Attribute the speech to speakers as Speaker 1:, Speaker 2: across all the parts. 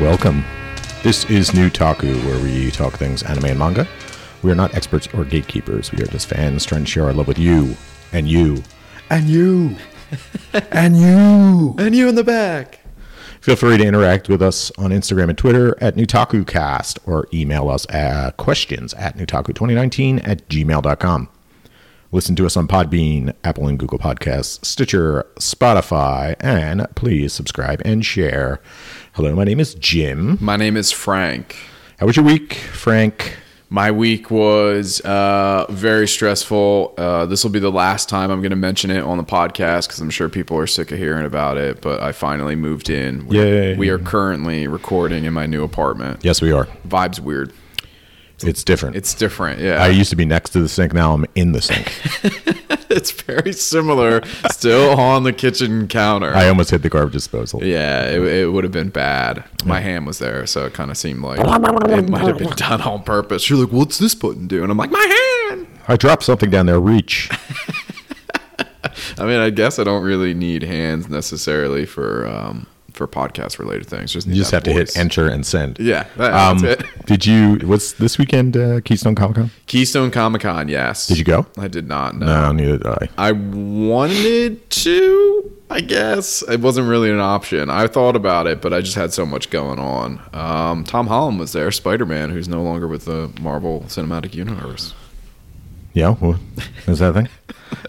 Speaker 1: Welcome. This is New Taku, where we talk things anime and manga. We are not experts or gatekeepers. We are just fans trying to share our love with you and you and you and you.
Speaker 2: And you in the back.
Speaker 1: Feel free to interact with us on Instagram and Twitter at NewTakuCast or email us at questions at NewTaku2019 at gmail.com. Listen to us on Podbean, Apple and Google Podcasts, Stitcher, Spotify, and please subscribe and share. Hello, my name is Jim.
Speaker 2: My name is Frank.
Speaker 1: How was your week, Frank?
Speaker 2: My week was uh, very stressful. Uh, this will be the last time I'm going to mention it on the podcast because I'm sure people are sick of hearing about it. But I finally moved in. We,
Speaker 1: Yay.
Speaker 2: we are currently recording in my new apartment.
Speaker 1: Yes, we are.
Speaker 2: Vibes weird.
Speaker 1: It's different.
Speaker 2: It's different. Yeah,
Speaker 1: I used to be next to the sink. Now I'm in the sink.
Speaker 2: it's very similar. Still on the kitchen counter.
Speaker 1: I almost hit the garbage disposal.
Speaker 2: yeah, it, it would have been bad. My hand was there, so it kind of seemed like it might have been done on purpose. You're like, "What's this button do?" And I'm like, "My hand."
Speaker 1: I dropped something down there. Reach.
Speaker 2: I mean, I guess I don't really need hands necessarily for um, for podcast related things. Just need
Speaker 1: You just have
Speaker 2: that
Speaker 1: to hit
Speaker 2: voice.
Speaker 1: enter and send.
Speaker 2: Yeah, that-
Speaker 1: Um,
Speaker 2: that's it.
Speaker 1: did you? What's this weekend? Uh, Keystone Comic Con?
Speaker 2: Keystone Comic Con. Yes.
Speaker 1: Did you go?
Speaker 2: I did not. No.
Speaker 1: No, neither did I.
Speaker 2: I wanted to. I guess it wasn't really an option. I thought about it, but I just had so much going on. Um, Tom Holland was there, Spider Man, who's no longer with the Marvel Cinematic Universe.
Speaker 1: Yeah, what? is that a thing?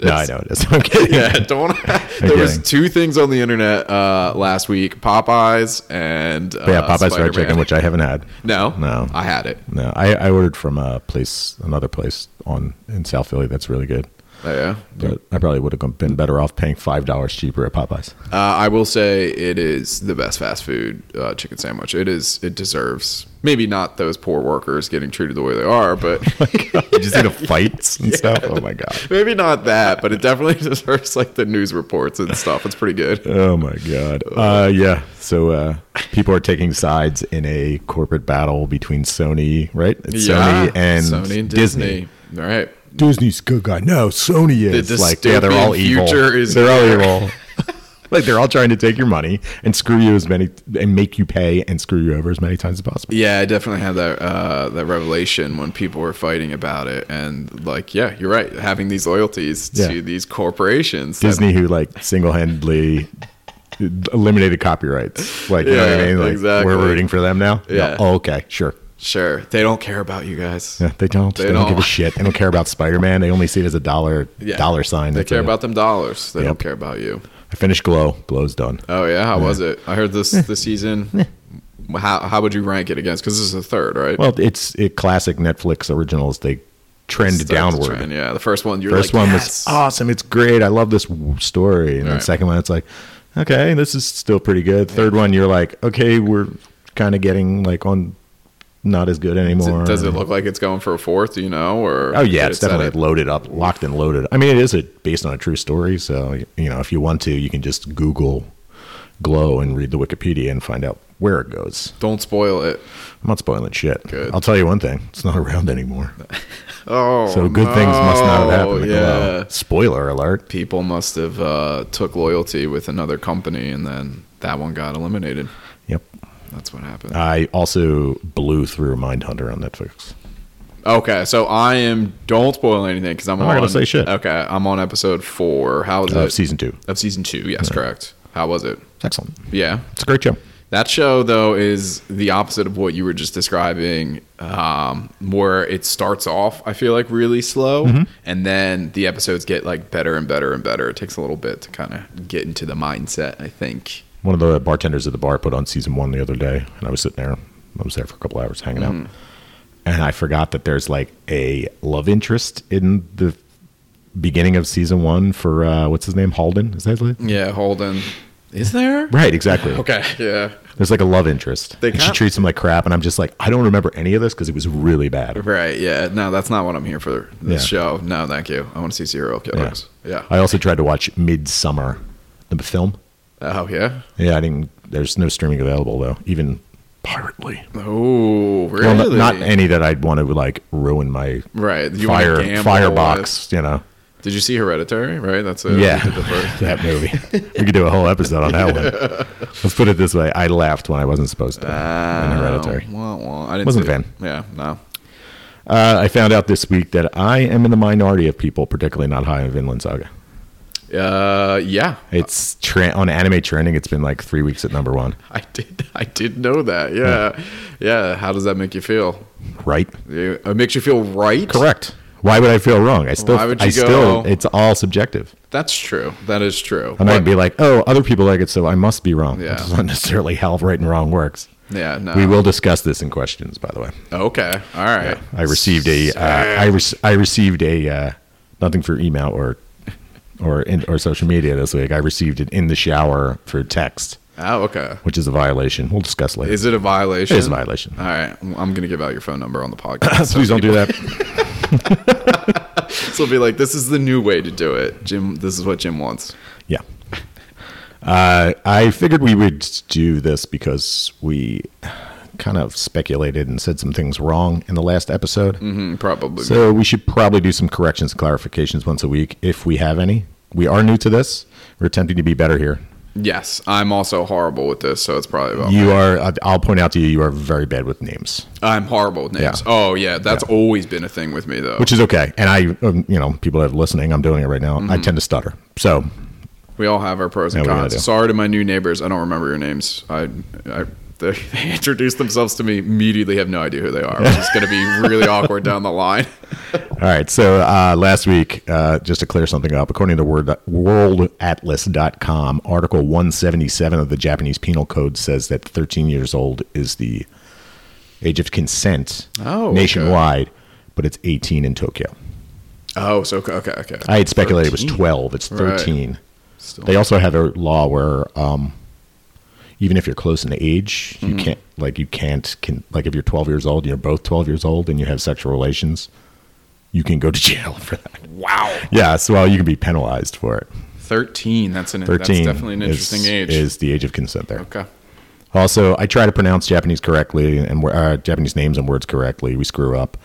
Speaker 1: no, I know it is. I'm kidding.
Speaker 2: Yeah, don't. there was
Speaker 1: kidding.
Speaker 2: two things on the internet uh, last week: Popeyes and uh,
Speaker 1: But yeah, Popeye's fried
Speaker 2: Spider-Man.
Speaker 1: chicken, which I haven't had.
Speaker 2: No,
Speaker 1: No.
Speaker 2: I had it.
Speaker 1: No, I, I ordered from a place, another place on in South Philly. That's really good.
Speaker 2: Oh, Yeah,
Speaker 1: But I probably would have been better off paying five dollars cheaper at Popeyes.
Speaker 2: uh, I will say it is the best fast food uh, chicken sandwich. It is. It deserves maybe not those poor workers getting treated the way they are, but
Speaker 1: Did you see the fights and stuff? Oh my god.
Speaker 2: maybe not that. But it definitely deserves like the news reports and stuff. It's pretty good.
Speaker 1: Oh my god. Uh, yeah. So uh, people are taking sides in a corporate battle between Sony, right? It's Sony and,
Speaker 2: Sony and
Speaker 1: Disney.
Speaker 2: Disney. All right.
Speaker 1: Disney's good guy. No, Sony is
Speaker 2: the
Speaker 1: like yeah, they're all
Speaker 2: dystopian
Speaker 1: evil.
Speaker 2: future is
Speaker 1: they're all evil. like they're all trying to take your money and screw you as many and make you pay and screw you over as many times as possible.
Speaker 2: Yeah, I definitely had that uh, that revelation when people were fighting about it, and like, yeah, you're right. Having these loyalties
Speaker 1: Yeah.
Speaker 2: to these corporations, that-
Speaker 1: Disney, who like single-handedly eliminated copyrights. Like you know what I
Speaker 2: Yeah,
Speaker 1: mean? Like
Speaker 2: exactly.
Speaker 1: we're rooting for them now. No.
Speaker 2: Yeah.
Speaker 1: Oh, okay. Sure.
Speaker 2: sure, they don't care about you guys.
Speaker 1: Yeah, they don't. They,
Speaker 2: They
Speaker 1: don't.
Speaker 2: don't.
Speaker 1: give a shit. They don't care about Spider-Man. They only see it as a dollar
Speaker 2: Yeah.
Speaker 1: dollar sign.
Speaker 2: They
Speaker 1: That's
Speaker 2: care
Speaker 1: it.
Speaker 2: about them dollars. They
Speaker 1: Yep.
Speaker 2: don't care about you.
Speaker 1: I finished Glow. Glow's done.
Speaker 2: Oh yeah, how was it? I heard this this season. how how would you rank it against? Because this is the third, right?
Speaker 1: Well, it's it classic Netflix originals. They trend
Speaker 2: Starts the
Speaker 1: downward.
Speaker 2: trend, yeah, the first one. You're
Speaker 1: First
Speaker 2: like,
Speaker 1: one was
Speaker 2: "Yes!"
Speaker 1: awesome. It's great. I love this w- story. And then
Speaker 2: Right.
Speaker 1: second one, it's like, okay, this is still pretty good. Third one, you're like, okay, we're kind of getting like on not as good anymore.
Speaker 2: Does it look like it's going for a fourth? Do you know? Or
Speaker 1: Oh yeah,
Speaker 2: did
Speaker 1: it's
Speaker 2: it set
Speaker 1: definitely
Speaker 2: it?
Speaker 1: loaded up, locked and loaded. I mean, it is a, based on a true story, so you know if you want to, you can just Google Glow and read the Wikipedia and find out where it goes.
Speaker 2: Don't spoil it.
Speaker 1: I'm not spoiling shit.
Speaker 2: Good.
Speaker 1: I'll tell you one thing: it's not around anymore.
Speaker 2: Oh,
Speaker 1: So good things must not have happened.
Speaker 2: no,
Speaker 1: to
Speaker 2: Yeah.
Speaker 1: Glow. Spoiler alert.
Speaker 2: people must have uh, took loyalty with another company and then that one got eliminated
Speaker 1: Yep.
Speaker 2: that's what happened
Speaker 1: I also blew through Mindhunter on Netflix.
Speaker 2: okay so i am don't spoil anything because i'm,
Speaker 1: I'm not
Speaker 2: on,
Speaker 1: gonna say shit.
Speaker 2: okay i'm on episode four how is
Speaker 1: Uh,
Speaker 2: it
Speaker 1: season two.
Speaker 2: of season two yes correct how was it
Speaker 1: It's excellent.
Speaker 2: yeah
Speaker 1: It's a great show.
Speaker 2: that show though is the opposite of what you were just describing um, where it starts off i feel like really slow and then the episodes get like better and better and better it takes a little bit to kind of get into the mindset i think
Speaker 1: One of the bartenders at the bar put on season one the other day, and I was sitting there. I was there for a couple hours hanging out, and I forgot that there's like a love interest in the beginning of season one for uh, what's his name, Halden. Is that his name?
Speaker 2: Yeah, Holden. Is there?
Speaker 1: Right, exactly.
Speaker 2: Mm. Okay. Yeah.
Speaker 1: There's like a love interest.
Speaker 2: They
Speaker 1: and she
Speaker 2: can't-
Speaker 1: treats him like crap, and I'm just like, I don't remember any of this because it was really bad.
Speaker 2: Right. Yeah. No, that's not what I'm here for this
Speaker 1: Yeah.
Speaker 2: show. No, thank you. I want to see serial killers. Yeah.
Speaker 1: I also tried to watch Midsummer, the film.
Speaker 2: Oh yeah.
Speaker 1: Yeah, I didn't. There's no streaming available though, even pirately.
Speaker 2: Oh
Speaker 1: Well,
Speaker 2: really?
Speaker 1: not, not any that I'd want to like ruin my
Speaker 2: Right. You wanna
Speaker 1: fire
Speaker 2: gamble
Speaker 1: firebox, you know.
Speaker 2: Did you see Hereditary? Right, that's it.
Speaker 1: yeah,
Speaker 2: We did the first-
Speaker 1: that movie. We could do a whole episode on that one. Let's put it this way: I laughed when I wasn't supposed to. in Hereditary.
Speaker 2: Oh, well, well, I didn't
Speaker 1: Wasn't
Speaker 2: see
Speaker 1: a
Speaker 2: it. Yeah, no.
Speaker 1: Uh, I found out this week that I am in the minority of people, particularly not high on Vinland Saga.
Speaker 2: Uh, yeah,
Speaker 1: It's tra- on anime trending. It's been like three weeks at number one,
Speaker 2: I did. I did know that. Yeah, yeah. How does that make you feel?
Speaker 1: right?
Speaker 2: It makes you feel right.
Speaker 1: Correct. Why would I feel wrong? I still,
Speaker 2: Why would you
Speaker 1: I still,
Speaker 2: go-
Speaker 1: it's all subjective.
Speaker 2: That's true. That is true.
Speaker 1: And I'd
Speaker 2: But-
Speaker 1: be like, oh, other people like it, so I must be wrong.
Speaker 2: Yeah.
Speaker 1: That's not necessarily how right and wrong works.
Speaker 2: yeah, no.
Speaker 1: We will discuss this in questions, by the way.
Speaker 2: Okay. All right.
Speaker 1: I received a, uh, I, re- I received a uh, nothing for email or or in, or social media this week. I received it in the shower through text,
Speaker 2: Oh, okay.
Speaker 1: which is a violation. We'll discuss later.
Speaker 2: Is it Uh, a violation?
Speaker 1: It is a violation.
Speaker 2: All right. I'm- I'm gonna give out your phone number on the podcast.
Speaker 1: Please don't do that.
Speaker 2: this will be like this is the new way to do it, Jim. This is what Jim wants.
Speaker 1: Yeah. Uh, I figured we would do this because we kind of speculated and said some things wrong in the last episode.
Speaker 2: Mm, probably.
Speaker 1: So we should probably do some corrections and clarifications once a week if we have any. We are new to this. We're attempting to be better here.
Speaker 2: yes. I'm also horrible with this, so it's probably about.
Speaker 1: You are, I- I'll point out to you, you are very bad with names,
Speaker 2: I'm horrible with names.
Speaker 1: Yeah.
Speaker 2: Oh yeah, that's always been a thing with me though.
Speaker 1: which is okay. And I, um, you know, people that are listening, I'm doing it right now.
Speaker 2: Mm-hmm.
Speaker 1: I tend to stutter. So
Speaker 2: We all have our pros and
Speaker 1: Yeah, we gotta do.
Speaker 2: cons. Sorry to my new neighbors. I don't remember your names. I, I they, they introduced themselves to me. Immediately have no idea who they are. It's going to be really awkward down the line.
Speaker 1: All right. So uh, last week, uh, just to clear something up, according to Word, worldatlas.com, Article 177 of the Japanese Penal Code says that 13 years old is the age of consent
Speaker 2: Oh, okay.
Speaker 1: nationwide, but it's 18 in Tokyo.
Speaker 2: Oh, so okay, okay, okay.
Speaker 1: I had speculated it was
Speaker 2: 13.
Speaker 1: 12. It's
Speaker 2: Right.
Speaker 1: 13.
Speaker 2: Still-
Speaker 1: They also have a law where um, even if you're close in age,
Speaker 2: Mm-hmm.
Speaker 1: you can't like you can't can like if you're 12 years old, you're both 12 years old, and you have sexual relations, you can go to jail for that.
Speaker 2: wow,
Speaker 1: Yeah, so well, you can be penalized for it.
Speaker 2: thirteen. That's an
Speaker 1: Thirteen.
Speaker 2: that's definitely an
Speaker 1: is-
Speaker 2: interesting age.
Speaker 1: Is the age of consent there?
Speaker 2: okay.
Speaker 1: Also, I try to pronounce Japanese correctly and wo- uh, Japanese names and words correctly. We screw up.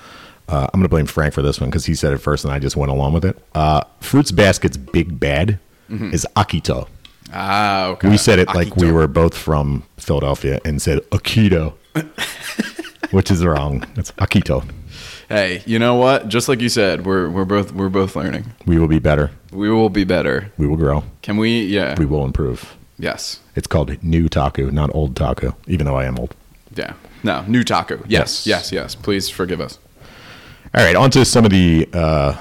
Speaker 1: Uh, I'm going to blame Frank for this one because he said it first, and I just went along with it. Uh, Fruits Basket's big bad is Akito.
Speaker 2: Ah, okay.
Speaker 1: We said it like we
Speaker 2: Akito.
Speaker 1: were both from Philadelphia and said Akito, which is wrong. It's Akito.
Speaker 2: Hey, you know what? Just like you said, we're we're both we're both learning.
Speaker 1: We will be better.
Speaker 2: We will be better.
Speaker 1: We will grow.
Speaker 2: Can we? Yeah.
Speaker 1: We will improve.
Speaker 2: yes.
Speaker 1: It's called New Taku, not Old Taku, even though I am old.
Speaker 2: Yeah. No. New taco. Yes.
Speaker 1: Yes.
Speaker 2: Yes. Yes. Please forgive us.
Speaker 1: All right, on to some of the. Uh,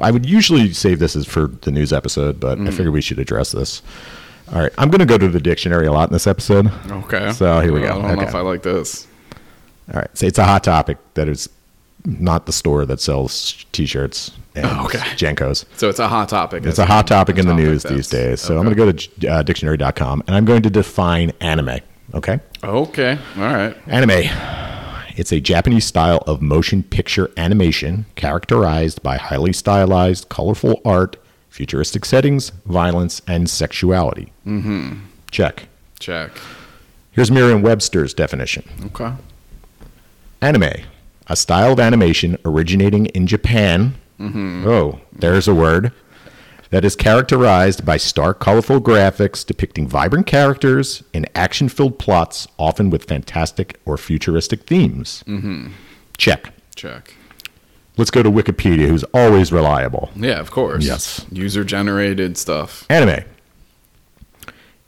Speaker 1: I would usually save this as for the news episode, but
Speaker 2: Mm-hmm.
Speaker 1: I figured we should address this. All right, I'm going to go to the dictionary a lot in this episode.
Speaker 2: Okay.
Speaker 1: So here we go.
Speaker 2: Well, I don't know
Speaker 1: Okay.
Speaker 2: if I like this.
Speaker 1: All right, so it's a hot topic that is not the store that sells t-shirts and
Speaker 2: Oh, okay.
Speaker 1: Jenkos.
Speaker 2: So it's a hot topic.
Speaker 1: It's a hot topic in the news these
Speaker 2: that's-
Speaker 1: days. So I'm
Speaker 2: okay.
Speaker 1: going to go to uh, dictionary.com and I'm going to define anime. Okay.
Speaker 2: Okay. All right.
Speaker 1: Anime. It's a Japanese style of motion picture animation characterized by highly stylized, colorful art, futuristic settings, violence, and sexuality. Mm-hmm. Check.
Speaker 2: Check.
Speaker 1: Here's Merriam Webster's definition
Speaker 2: Okay.
Speaker 1: Anime, a style of animation originating in Japan. Oh, there's a word. That is characterized by stark, colorful graphics depicting vibrant characters and action filled plots, often with fantastic or futuristic themes. Mm-hmm. Check.
Speaker 2: Check.
Speaker 1: Let's go to Wikipedia, who's always reliable.
Speaker 2: Yeah, of course.
Speaker 1: Yes.
Speaker 2: User generated stuff.
Speaker 1: Anime.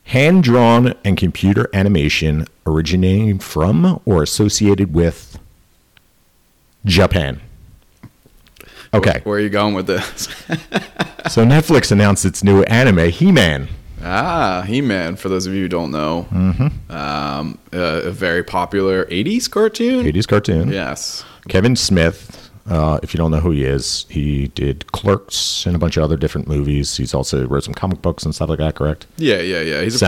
Speaker 1: Hand drawn and computer animation originating from or associated with Japan. Okay,
Speaker 2: Where are you going with this?
Speaker 1: so Netflix announced its new anime, He Man.
Speaker 2: ah, He Man, for those of you who don't know. Mm-hmm. Um, uh, a very popular 80s cartoon.
Speaker 1: 80s cartoon.
Speaker 2: Yes.
Speaker 1: Kevin Smith, uh, if you don't know who he is, he did Clerks and a bunch of other different movies. He's also wrote some comic books and stuff like that, correct?
Speaker 2: Yeah, yeah, yeah. He's a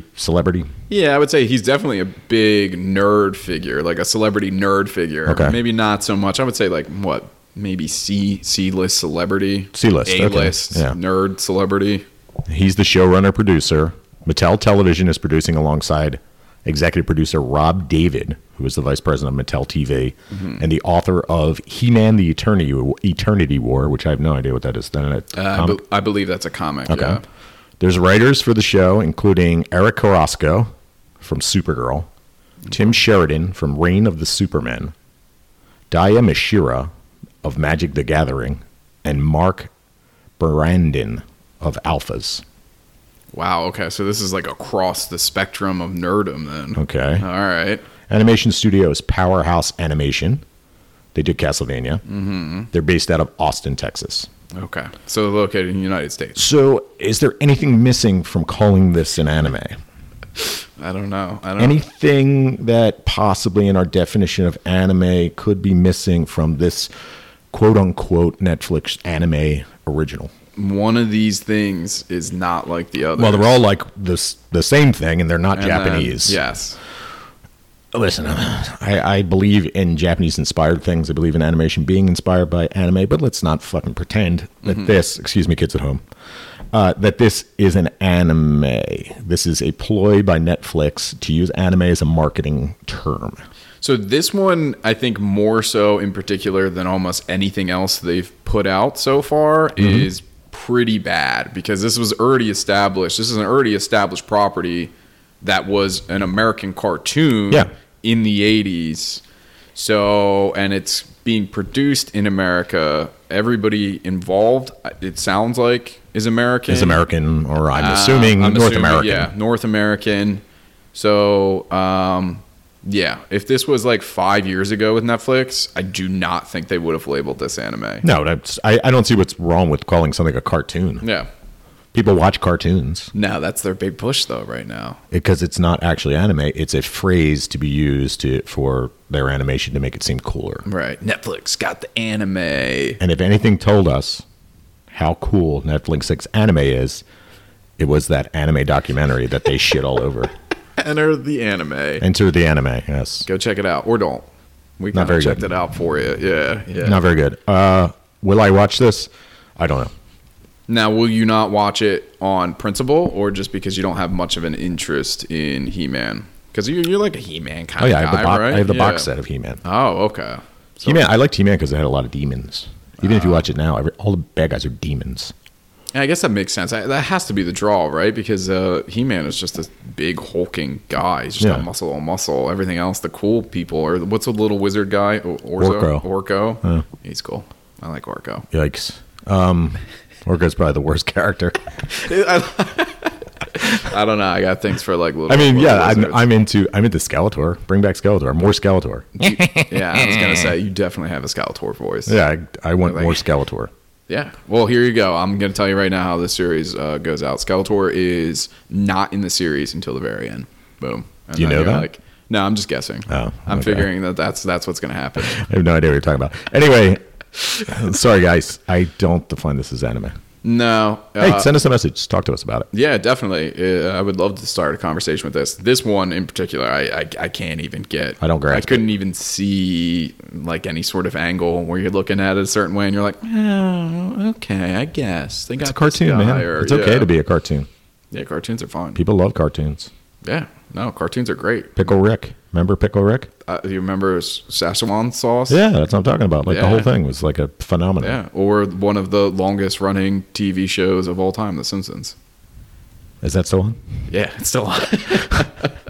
Speaker 1: Semi celebrity.
Speaker 2: Yeah, I would say he's definitely a big nerd figure, like a celebrity nerd figure.
Speaker 1: Okay.
Speaker 2: Maybe not so much. I would say like what maybe C C list celebrity,
Speaker 1: C-list, okay.
Speaker 2: A list
Speaker 1: Yeah.
Speaker 2: nerd celebrity.
Speaker 1: He's the showrunner producer. Mattel Television is producing alongside executive producer Rob David, who is the vice president of Mattel TV,
Speaker 2: Mm-hmm.
Speaker 1: and the author of He Man the Eternity, Eternity War, which I have no idea what that is. Then it,
Speaker 2: Uh, I, be- I believe that's a comic.
Speaker 1: Okay.
Speaker 2: Yeah.
Speaker 1: There's writers for the show, including Eric Carrasco from Supergirl,
Speaker 2: Mm-hmm.
Speaker 1: Tim Sheridan from Reign of the Supermen, Daya Mishira of Magic the Gathering, and Mark Brandon of Alphas.
Speaker 2: Wow. Okay. So this is like across the spectrum of nerdom then.
Speaker 1: Okay.
Speaker 2: All right.
Speaker 1: Animation studio is Powerhouse Animation. They did Castlevania. Mm-hmm. They're based out of Austin, Texas.
Speaker 2: Okay. So located in the United States.
Speaker 1: So, is there anything missing from calling this an anime?
Speaker 2: I don't know. I don't
Speaker 1: anything that possibly in our definition of anime could be missing from this quote unquote Netflix anime original.
Speaker 2: One of these things is not like the other.
Speaker 1: Well, they're all like this the same thing, and they're not
Speaker 2: And then-
Speaker 1: Japanese.
Speaker 2: yes.
Speaker 1: Listen, I, I believe in Japanese inspired things. I believe in animation being inspired by anime, but let's not fucking pretend that
Speaker 2: Mm-hmm.
Speaker 1: this, excuse me, kids at home, uh, that this is an anime. This is a ploy by Netflix to use anime as a marketing term.
Speaker 2: So this one, I think more so in particular than almost anything else they've put out so far
Speaker 1: Mm-hmm.
Speaker 2: is pretty bad because this was already established. This is an already established property that was an American cartoon
Speaker 1: Yeah.
Speaker 2: in the 80s. So, and it's being produced in America. Everybody involved, it sounds like, is American.
Speaker 1: is American, or I'm
Speaker 2: Uh,
Speaker 1: assuming
Speaker 2: I'm
Speaker 1: North
Speaker 2: assuming,
Speaker 1: American.
Speaker 2: Yeah, North American. So, um, yeah, if this was like five years ago with Netflix, I do not think they would have labeled this anime.
Speaker 1: No, that's, I, I don't see what's wrong with calling something a cartoon.
Speaker 2: Yeah.
Speaker 1: People watch cartoons
Speaker 2: No, that's their big push though right now.
Speaker 1: because it's not actually anime. It's a phrase to be used to, for their animation to make it seem cooler.
Speaker 2: Right. Netflix got the anime.
Speaker 1: And if anything told us how cool Netflix's anime is, it was that anime documentary that they shit all over.
Speaker 2: Enter the anime.
Speaker 1: Enter the anime, yes.
Speaker 2: Go check it out or don't. We
Speaker 1: Not
Speaker 2: kind
Speaker 1: very
Speaker 2: of checked
Speaker 1: good.
Speaker 2: it out for you. Yeah. Yeah.
Speaker 1: Not very good. Uh, will I watch this? I don't know.
Speaker 2: Now, will you not watch it on principle or just because you don't have much of an interest in He Man? Because you're, you're like a He Man kind
Speaker 1: Oh, yeah, I
Speaker 2: of guy,
Speaker 1: have the, bo-
Speaker 2: right?
Speaker 1: I have the
Speaker 2: Yeah.
Speaker 1: box set of He Man.
Speaker 2: Oh, okay. So,
Speaker 1: He Man, I liked He Man because it had a lot of demons. Even if you watch it now, every, all the bad guys are demons.
Speaker 2: I guess that makes sense. I, that has to be the draw, right? Because uh, He Man is just this big hulking guy. He's just
Speaker 1: Yeah.
Speaker 2: got muscle on muscle. Everything else, the cool people, or what's the little wizard guy? O- Orzo?
Speaker 1: Orko.
Speaker 2: Orko. He's cool. I like Orko.
Speaker 1: Yikes. Um, Orca's probably the worst character.
Speaker 2: I don't know. I got things for like little.
Speaker 1: I mean,
Speaker 2: little
Speaker 1: yeah, I'm,
Speaker 2: wizards.
Speaker 1: I'm into I'm into Skeletor. Bring back Skeletor. More Skeletor.
Speaker 2: yeah. I was gonna say you definitely have a Skeletor voice.
Speaker 1: Yeah, I, I want
Speaker 2: Like-
Speaker 1: more Skeletor.
Speaker 2: Yeah. Well, here you go. I'm going to tell you right now how this series uh, goes out. Skeletor is not in the series until the very end. Boom. And
Speaker 1: You know
Speaker 2: then you're
Speaker 1: that?
Speaker 2: no, I'm just guessing.
Speaker 1: Oh,
Speaker 2: I'm
Speaker 1: okay.
Speaker 2: figuring that that's that's what's going to happen.
Speaker 1: I have no idea what you're talking about. Anyway, sorry guys, I don't define this as anime.
Speaker 2: No.
Speaker 1: Hey,
Speaker 2: uh,
Speaker 1: send us a message. Talk to us about it.
Speaker 2: yeah, definitely. Uh, I would love to start a conversation with this. This one in particular, I I, I can't even get.
Speaker 1: I don't
Speaker 2: I
Speaker 1: grasp
Speaker 2: couldn't even see like any sort of angle where you're looking at it a certain way, and you're like, oh, okay, I guess. They got
Speaker 1: It's a cartoon, man. It's okay to be a cartoon.
Speaker 2: Yeah, cartoons are fun.
Speaker 1: People love cartoons.
Speaker 2: Yeah, no, cartoons are great.
Speaker 1: Pickle Rick. Remember Pickle Rick?
Speaker 2: uh, you remember s- Szechuan sauce?
Speaker 1: Yeah, that's what I'm talking about. Like the
Speaker 2: Yeah.
Speaker 1: whole thing was like a phenomenon.
Speaker 2: Yeah, or one of the longest running TV shows of all time, The Simpsons.
Speaker 1: Is that still on?
Speaker 2: Yeah, it's still on.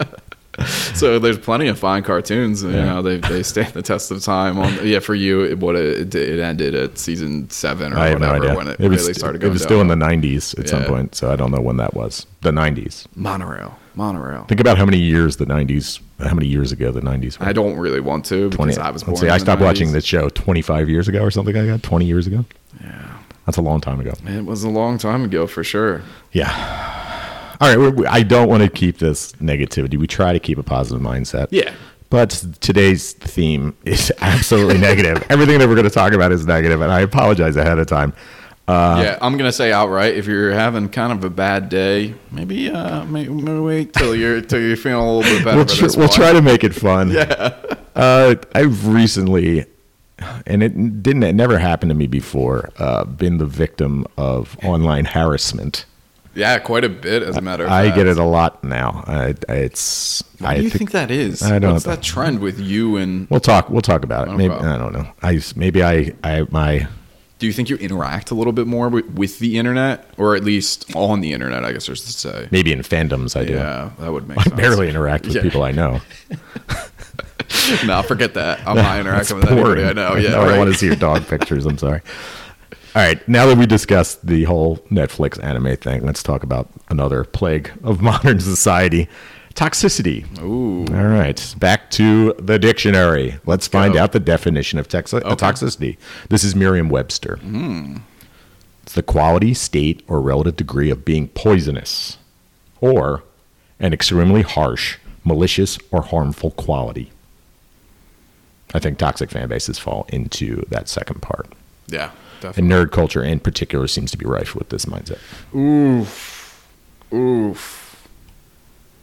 Speaker 2: so there's plenty of fine cartoons. You
Speaker 1: Yeah.
Speaker 2: know, they they stand the test of time. On yeah, for you, it, what it, it ended at season seven or
Speaker 1: I have no
Speaker 2: whatever
Speaker 1: idea.
Speaker 2: when it,
Speaker 1: was,
Speaker 2: really started
Speaker 1: it
Speaker 2: going
Speaker 1: was
Speaker 2: down.
Speaker 1: still in the 90s at some
Speaker 2: Yeah.
Speaker 1: point, so I don't know when that was. The 90s.
Speaker 2: monorail, monorail.
Speaker 1: Think about how many years the 90s, how many years ago the 90s were.
Speaker 2: I don't really want to because
Speaker 1: 20
Speaker 2: I was born.
Speaker 1: Let's see,
Speaker 2: in
Speaker 1: I
Speaker 2: the
Speaker 1: stopped watching
Speaker 2: 90s.
Speaker 1: this show 25 years ago or something like that. 20 years ago.
Speaker 2: Yeah,
Speaker 1: That's a long time ago.
Speaker 2: it was a long time ago for sure.
Speaker 1: Yeah. All right. We're, we, I don't want to keep this negativity. We try to keep a positive mindset.
Speaker 2: Yeah.
Speaker 1: But today's theme is absolutely negative. Everything that we're going to talk about is negative, and I apologize ahead of time. Uh,
Speaker 2: yeah, I'm gonna say outright. If you're having kind of a bad day, maybe uh, maybe, maybe wait till you're till you're feeling a little bit better.
Speaker 1: We'll,
Speaker 2: for
Speaker 1: tr-
Speaker 2: this
Speaker 1: we'll
Speaker 2: one.
Speaker 1: try to make it fun. yeah. Uh, I've recently, and it didn't, it never happened to me before, uh, been the victim of online harassment.
Speaker 2: Yeah, quite a bit as a matter of
Speaker 1: I
Speaker 2: fact.
Speaker 1: get it a lot now. I, I- it's
Speaker 2: Why
Speaker 1: I
Speaker 2: do you
Speaker 1: think-
Speaker 2: think, that is?
Speaker 1: I don't-
Speaker 2: What's that trend with you and
Speaker 1: we'll talk. We'll talk about it. maybe
Speaker 2: problem.
Speaker 1: I don't know. I maybe I I my
Speaker 2: do you think you interact a little bit more with, with the internet or at least on the internet, I guess I should say.
Speaker 1: maybe in fandoms I do.
Speaker 2: Yeah, that would make
Speaker 1: I
Speaker 2: sense.
Speaker 1: barely interact with
Speaker 2: Yeah.
Speaker 1: people I know.
Speaker 2: no, forget that. I'm not interacting with
Speaker 1: That's
Speaker 2: anybody I
Speaker 1: boring.
Speaker 2: know. Yeah,
Speaker 1: No, I
Speaker 2: right.
Speaker 1: don't want to see your dog pictures. I'm sorry. All right, now that we discussed the whole Netflix anime thing, let's talk about another plague of modern society: toxicity.
Speaker 2: Ooh.
Speaker 1: All right, back to the dictionary. Let's find out the definition of tex- toxicity. This is Merriam-Webster.
Speaker 2: Hmm.
Speaker 1: It's the quality, state, or relative degree of being poisonous, or an extremely harsh, malicious, or harmful quality. I think toxic fan bases fall into that second part.
Speaker 2: Yeah, definitely.
Speaker 1: And nerd culture in particular seems to be rife with this mindset.
Speaker 2: Oof.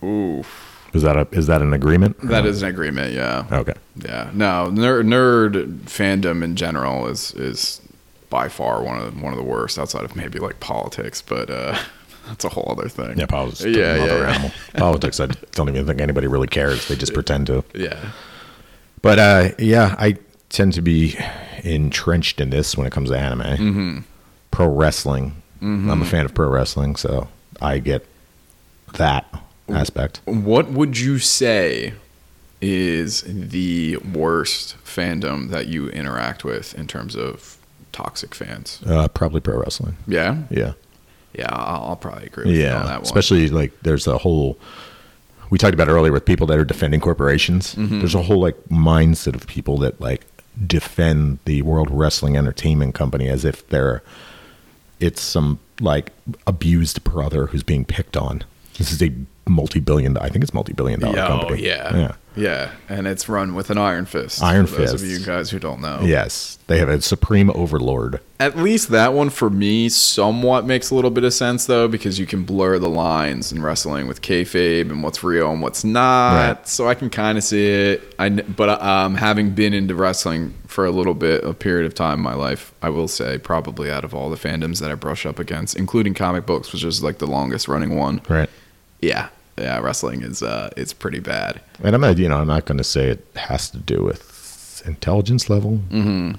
Speaker 2: Oof.
Speaker 1: Is that a is that an agreement?
Speaker 2: That is an agreement, yeah.
Speaker 1: Okay.
Speaker 2: Yeah. No, nerd, nerd fandom in general is is by far one of the, one of the worst outside of maybe like politics, but uh that's a whole other thing.
Speaker 1: Yeah, politics. is
Speaker 2: Yeah,
Speaker 1: another
Speaker 2: yeah, yeah.
Speaker 1: animal. Politics. I don't even think anybody really cares. They just pretend to.
Speaker 2: Yeah.
Speaker 1: But uh, yeah, I tend to be entrenched in this when it comes to anime. Mm-hmm. Pro wrestling. I'm a fan of pro wrestling, so I get that aspect.
Speaker 2: What would you say is the worst fandom that you interact with in terms of toxic fans?
Speaker 1: Uh, probably pro wrestling.
Speaker 2: Yeah.
Speaker 1: Yeah.
Speaker 2: Yeah, I'll, I'll probably agree with you on
Speaker 1: Yeah.
Speaker 2: that one.
Speaker 1: Especially like there's a whole. We talked about earlier with people that are defending corporations.
Speaker 2: Mm-hmm.
Speaker 1: There's a whole like mindset of people that like defend the World Wrestling Entertainment Company as if they're it's some like abused brother who's being picked on. This is a multi-billion. I think it's multi-billion dollar
Speaker 2: Yeah, oh,
Speaker 1: company.
Speaker 2: yeah.
Speaker 1: Yeah.
Speaker 2: Yeah. And it's run with an iron fist.
Speaker 1: Iron
Speaker 2: for Those of
Speaker 1: fist.
Speaker 2: you guys who don't know.
Speaker 1: Yes, they have a supreme overlord.
Speaker 2: At least that one for me somewhat makes a little bit of sense though, because you can blur the lines in wrestling with kayfabe and what's real and what's not.
Speaker 1: Right.
Speaker 2: So I can kind of see it. I kn- but um, having been into wrestling for a little bit, a period of time in my life, I will say probably out of all the fandoms that I brush up against, including comic books, which is like the longest running one.
Speaker 1: Right.
Speaker 2: Yeah, yeah, wrestling is uh, it's pretty bad.
Speaker 1: And I'm not, you know, I'm not going to say it has to do with intelligence level. Mm-hmm.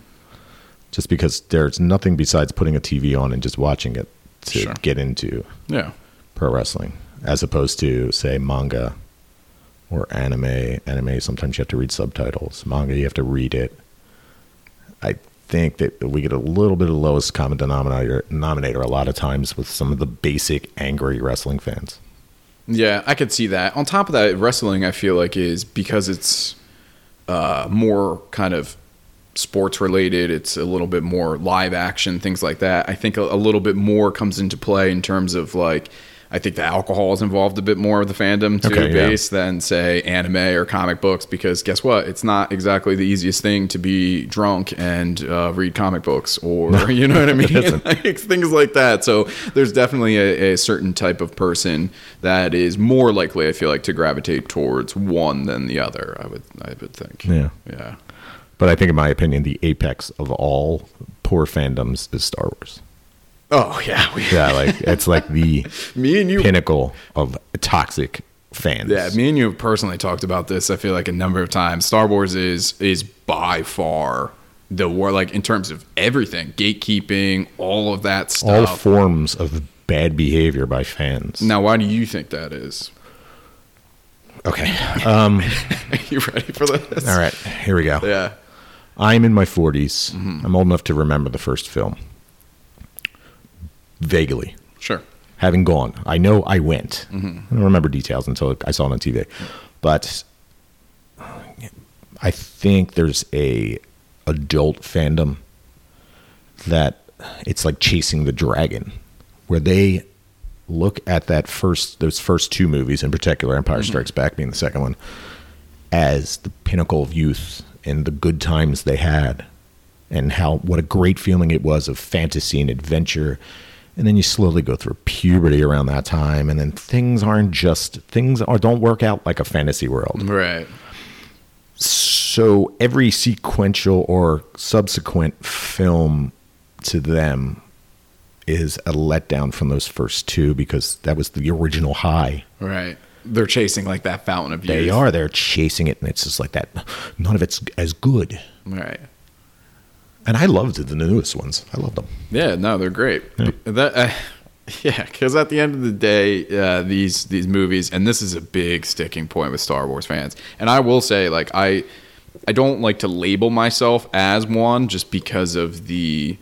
Speaker 1: Just because there's nothing besides putting a TV on and just watching it to
Speaker 2: Sure.
Speaker 1: get into
Speaker 2: Yeah,
Speaker 1: pro wrestling, as opposed to say manga or anime. Anime sometimes you have to read subtitles. Manga you have to read it. I think that we get a little bit of lowest common denominator, denominator a lot of times with some of the basic angry wrestling fans.
Speaker 2: Yeah, I could see that. On top of that, wrestling I feel like is because it's uh, more kind of sports related. It's a little bit more live action, things like that. I think a, a little bit more comes into play in terms of like I think the alcohol is involved a bit more with the fandom too
Speaker 1: Okay, yeah.
Speaker 2: base than say anime or comic books because guess what? It's not exactly the easiest thing to be drunk and uh, read comic books or you know what I mean.
Speaker 1: isn't.
Speaker 2: like, things like that. So there's definitely a, a certain type of person that is more likely, I feel like, to gravitate towards one than the other. I would, I would think.
Speaker 1: Yeah.
Speaker 2: Yeah.
Speaker 1: But I think, in my opinion, the apex of all poor fandoms is Star Wars.
Speaker 2: Oh yeah. We,
Speaker 1: Yeah, like it's like the
Speaker 2: Me and you.
Speaker 1: pinnacle of toxic fans.
Speaker 2: yeah, me and you have personally talked about this. I feel like a number of times. Star Wars is is by far the war, like in terms of everything, gatekeeping, all of that
Speaker 1: all
Speaker 2: stuff.
Speaker 1: forms of bad behavior by fans.
Speaker 2: now, why do you think that is?
Speaker 1: Okay.
Speaker 2: Are you ready for this?
Speaker 1: All right. Here we go.
Speaker 2: Yeah. Mm-hmm.
Speaker 1: I'm in my 40s. I'm old enough to remember the first film. Vaguely.
Speaker 2: Sure.
Speaker 1: having gone. I know I went.
Speaker 2: Mm-hmm.
Speaker 1: I don't remember details until I saw it on TV. But I think there's a adult fandom that it's like chasing the dragon where they look at that first those first two movies in particular Empire Strikes Back being the second one as the pinnacle of youth and the good times they had and how what a great feeling it was of fantasy and adventure and then you slowly go through puberty around that time and then things aren't just things are don't work out like a fantasy world
Speaker 2: Right.
Speaker 1: so every sequential or subsequent film to them is a letdown from those first two because that was the original high.
Speaker 2: Right. They're chasing like that fountain of youth.
Speaker 1: They are. They're chasing it, and it's just like that. None of it's as good.
Speaker 2: Right.
Speaker 1: And I loved the newest ones. I loved them.
Speaker 2: Yeah, no, they're great. That, uh, yeah, because at the end of the day, uh, these these movies, and this is a big sticking point with Star Wars fans. And I will say, like, I I don't like to label myself as one just because of the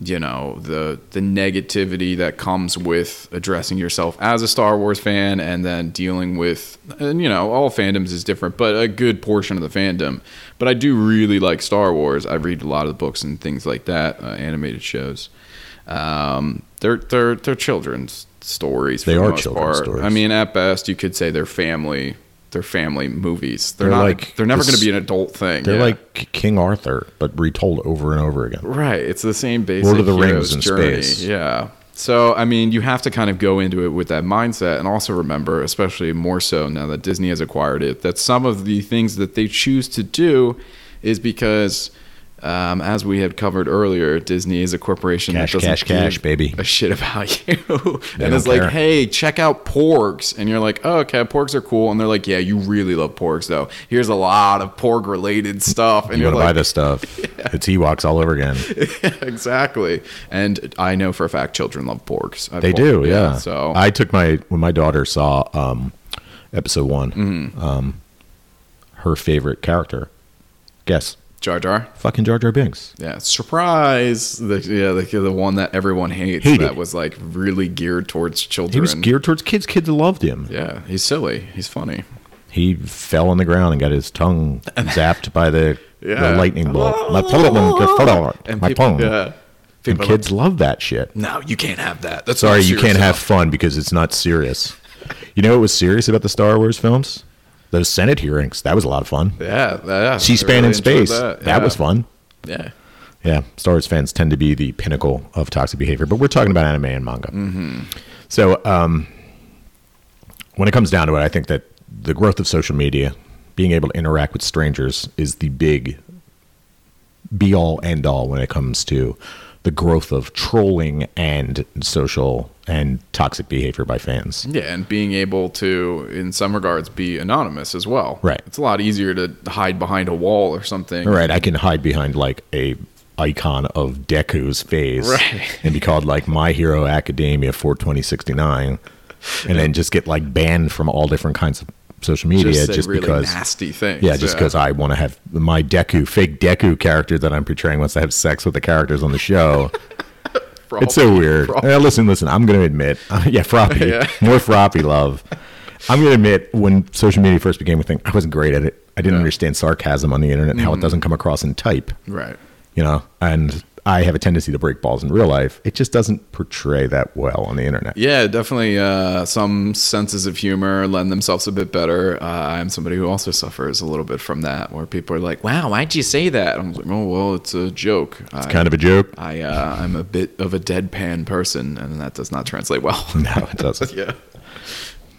Speaker 2: you know the the negativity that comes with addressing yourself as a Star Wars fan and then dealing with and you know all fandoms is different but a good portion of the fandom but I do really like Star Wars I read a lot of the books and things like that uh, animated shows um, they're they're they're children's stories for
Speaker 1: They
Speaker 2: the
Speaker 1: are
Speaker 2: most
Speaker 1: children's
Speaker 2: part.
Speaker 1: stories.
Speaker 2: I mean at best you could say they're family they're family movies they're,
Speaker 1: They're
Speaker 2: not
Speaker 1: like
Speaker 2: they're never
Speaker 1: this-
Speaker 2: going to be an adult thing
Speaker 1: They're
Speaker 2: yeah.
Speaker 1: like King Arthur, but retold over and over again.
Speaker 2: Right. It's the same basic
Speaker 1: Lord of the
Speaker 2: hero's
Speaker 1: Rings in
Speaker 2: journey.
Speaker 1: space.
Speaker 2: Yeah. So I mean, you have to kind of go into it with that mindset, and also remember, especially more so now that Disney has acquired it, that some of the things that they choose to do is because, um, as we had covered earlier, Disney is a corporation
Speaker 1: Cash,
Speaker 2: that doesn't
Speaker 1: cash, cash,
Speaker 2: give
Speaker 1: baby.
Speaker 2: a shit about you, and
Speaker 1: don't
Speaker 2: it's like,
Speaker 1: care.
Speaker 2: hey, check out Porgs, and you're like, oh, okay, Porgs are cool, and they're like, yeah, you really love Porgs though. Here's a lot of Porg related stuff, and
Speaker 1: You
Speaker 2: you're
Speaker 1: want to
Speaker 2: like,
Speaker 1: buy this stuff? It's Ewoks all over again.
Speaker 2: exactly. And I know for a fact children love porgs. I've
Speaker 1: They
Speaker 2: told-
Speaker 1: do, yeah.
Speaker 2: So
Speaker 1: I took my when my daughter saw um, episode one.
Speaker 2: Mm-hmm.
Speaker 1: Um, her favorite character, guess
Speaker 2: Jar Jar.
Speaker 1: fucking Jar Jar Binks.
Speaker 2: Yeah, surprise. The, yeah, the, the one that everyone hates
Speaker 1: Hated.
Speaker 2: that was like really geared towards children.
Speaker 1: He was geared towards kids. Kids loved him.
Speaker 2: yeah, he's silly. He's funny.
Speaker 1: He fell on the ground and got his tongue zapped by the,
Speaker 2: Yeah. Oh.
Speaker 1: the lightning bolt. my tongue.
Speaker 2: And
Speaker 1: My
Speaker 2: people,
Speaker 1: tongue.
Speaker 2: Yeah.
Speaker 1: And
Speaker 2: People are
Speaker 1: kids love that shit.
Speaker 2: like, no, you can't have that. That's
Speaker 1: Sorry,
Speaker 2: not
Speaker 1: you
Speaker 2: serious
Speaker 1: can't have
Speaker 2: enough."
Speaker 1: fun because it's not serious. You know what was serious about the Star Wars films? Those Senate hearings. That was a lot of fun.
Speaker 2: Yeah, yeah. I
Speaker 1: C SPAN
Speaker 2: really
Speaker 1: in
Speaker 2: enjoyed
Speaker 1: space.
Speaker 2: That,
Speaker 1: That,
Speaker 2: yeah.
Speaker 1: was fun.
Speaker 2: Yeah.
Speaker 1: Yeah, Star Wars fans tend to be the pinnacle of toxic behavior, but we're talking about anime and manga. So, um, when it comes down to it, I think that the growth of social media, being able to interact with strangers, is the big be all end all when it comes to the growth of trolling and social and toxic behavior by fans.
Speaker 2: Yeah, and being able to, in some regards, be anonymous as well.
Speaker 1: Right.
Speaker 2: It's a lot easier to hide behind a wall or something.
Speaker 1: All right, I can hide behind like a icon of Deku's face
Speaker 2: Right.
Speaker 1: and be called like My Hero Academia 42069 and then just get like banned from all different kinds of social media
Speaker 2: Just
Speaker 1: just,
Speaker 2: say really
Speaker 1: because
Speaker 2: nasty things.
Speaker 1: yeah, just because I want to have my Deku fake Deku character that I'm portraying wants to have sex with the characters on the show.
Speaker 2: Probably-
Speaker 1: It's so weird.
Speaker 2: probably-
Speaker 1: Uh, listen, listen. I'm going to admit, yeah, froppy,
Speaker 2: Yeah.
Speaker 1: more froppy love. I'm going to admit, when social media first became a thing, I wasn't great at it. I didn't understand sarcasm on the internet and how
Speaker 2: Mm-hmm.
Speaker 1: it doesn't come across in type,
Speaker 2: Right.
Speaker 1: you know. And I have a tendency to break balls in real life. It just doesn't portray that well on the internet.
Speaker 2: Yeah, definitely. Uh, some senses of humor lend themselves a bit better. Uh, I'm somebody who also suffers a little bit from that, where people are like, "Wow, why'd you say that?" I'm like, "Oh, well, it's a joke." I,
Speaker 1: Kind of a joke.
Speaker 2: I uh, I'm a bit of a deadpan person, and that does not translate well.
Speaker 1: No, it doesn't.
Speaker 2: yeah.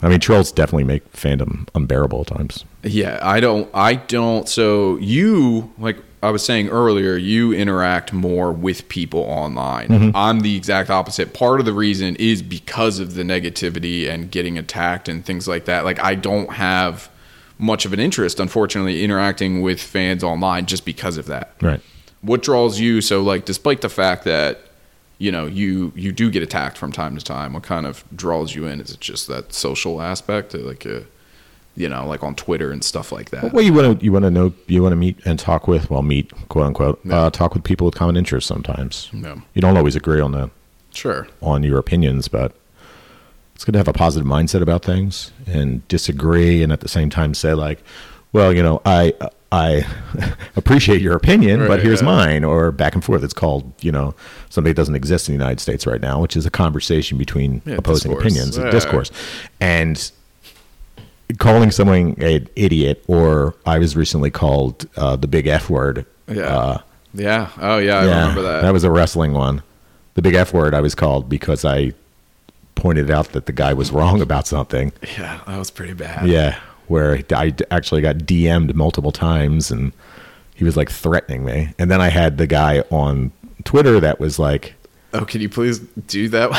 Speaker 1: I mean, trolls definitely make fandom unbearable at times.
Speaker 2: Yeah, I don't. I don't. So you, like I was saying earlier, you interact more with people online. I'm the exact opposite. Part of the reason is because of the negativity and getting attacked and things like that. Like I don't have much of an interest, unfortunately, interacting with fans online just because of that
Speaker 1: Right.
Speaker 2: what draws you so like despite the fact that you know you you do get attacked from time to time what kind of draws you in is it just that social aspect uh, like uh you know like on twitter and stuff like that
Speaker 1: Well, you want to you want to know you want to meet and talk with well meet quote unquote uh, talk with people with common interests sometimes.
Speaker 2: Yeah.
Speaker 1: You don't always agree on the
Speaker 2: sure
Speaker 1: on your opinions, but it's good to have a positive mindset about things and disagree, and at the same time say like, well, you know, I I appreciate your opinion, but
Speaker 2: Right,
Speaker 1: here's
Speaker 2: yeah.
Speaker 1: mine, or back and forth. It's called you know something that doesn't exist in the United States right now, which is a conversation between
Speaker 2: Yeah,
Speaker 1: opposing
Speaker 2: discourse.
Speaker 1: opinions,
Speaker 2: Yeah.
Speaker 1: a discourse, and calling someone an idiot, or I was recently called uh, the big F word.
Speaker 2: yeah
Speaker 1: Uh,
Speaker 2: yeah oh yeah i remember that,
Speaker 1: was a wrestling one. The big F word I was called because I pointed out that the guy was wrong about something.
Speaker 2: yeah that was pretty bad
Speaker 1: Yeah, where I d- actually got DM'd multiple times and he was like threatening me. And then I had the guy on Twitter that was like,
Speaker 2: Oh, can you please do that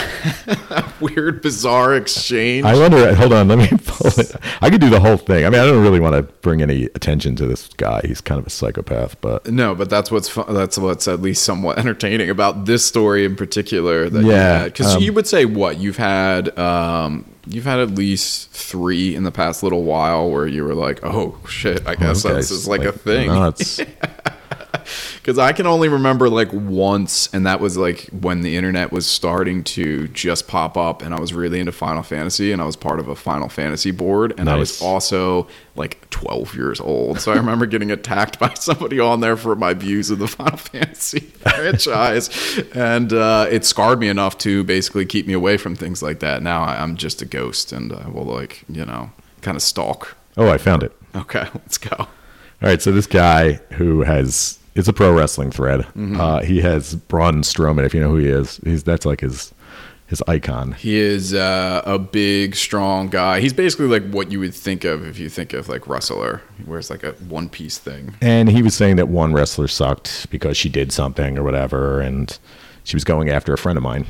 Speaker 2: weird, bizarre exchange?
Speaker 1: I wonder. Hold on, let me pull it. I could do the whole thing. I mean, I don't really want to bring any attention to this guy. He's kind of a psychopath, but
Speaker 2: no, but that's what's fun, that's what's at least somewhat entertaining about this story in particular. That
Speaker 1: Yeah,
Speaker 2: because
Speaker 1: um,
Speaker 2: you would say what you've had, um, you've had at least three in the past little while where you were like, oh shit, I guess
Speaker 1: Okay,
Speaker 2: this is like, a thing.
Speaker 1: Nuts.
Speaker 2: Because I can only remember like once, and that was like when the internet was starting to just pop up, and I was really into Final Fantasy, and I was part of a Final Fantasy board, and I was
Speaker 1: Nice.
Speaker 2: also like 12 years old. So I remember getting attacked by somebody on there for my views of the Final Fantasy franchise, and uh, it scarred me enough to basically keep me away from things like that. Now I- I'm just a ghost, and I will like you know kind of stalk.
Speaker 1: oh, I found it.
Speaker 2: Okay, let's go.
Speaker 1: All right, so this guy who has it's a pro wrestling thread. Uh, he has Braun Strowman, if you know who he is. He's that's like his his icon.
Speaker 2: He is uh, a big, strong guy. He's basically like what you would think of if you think of like wrestler. He wears like a one piece thing.
Speaker 1: And he was saying that one wrestler sucked because she did something or whatever, and she was going after a friend of mine.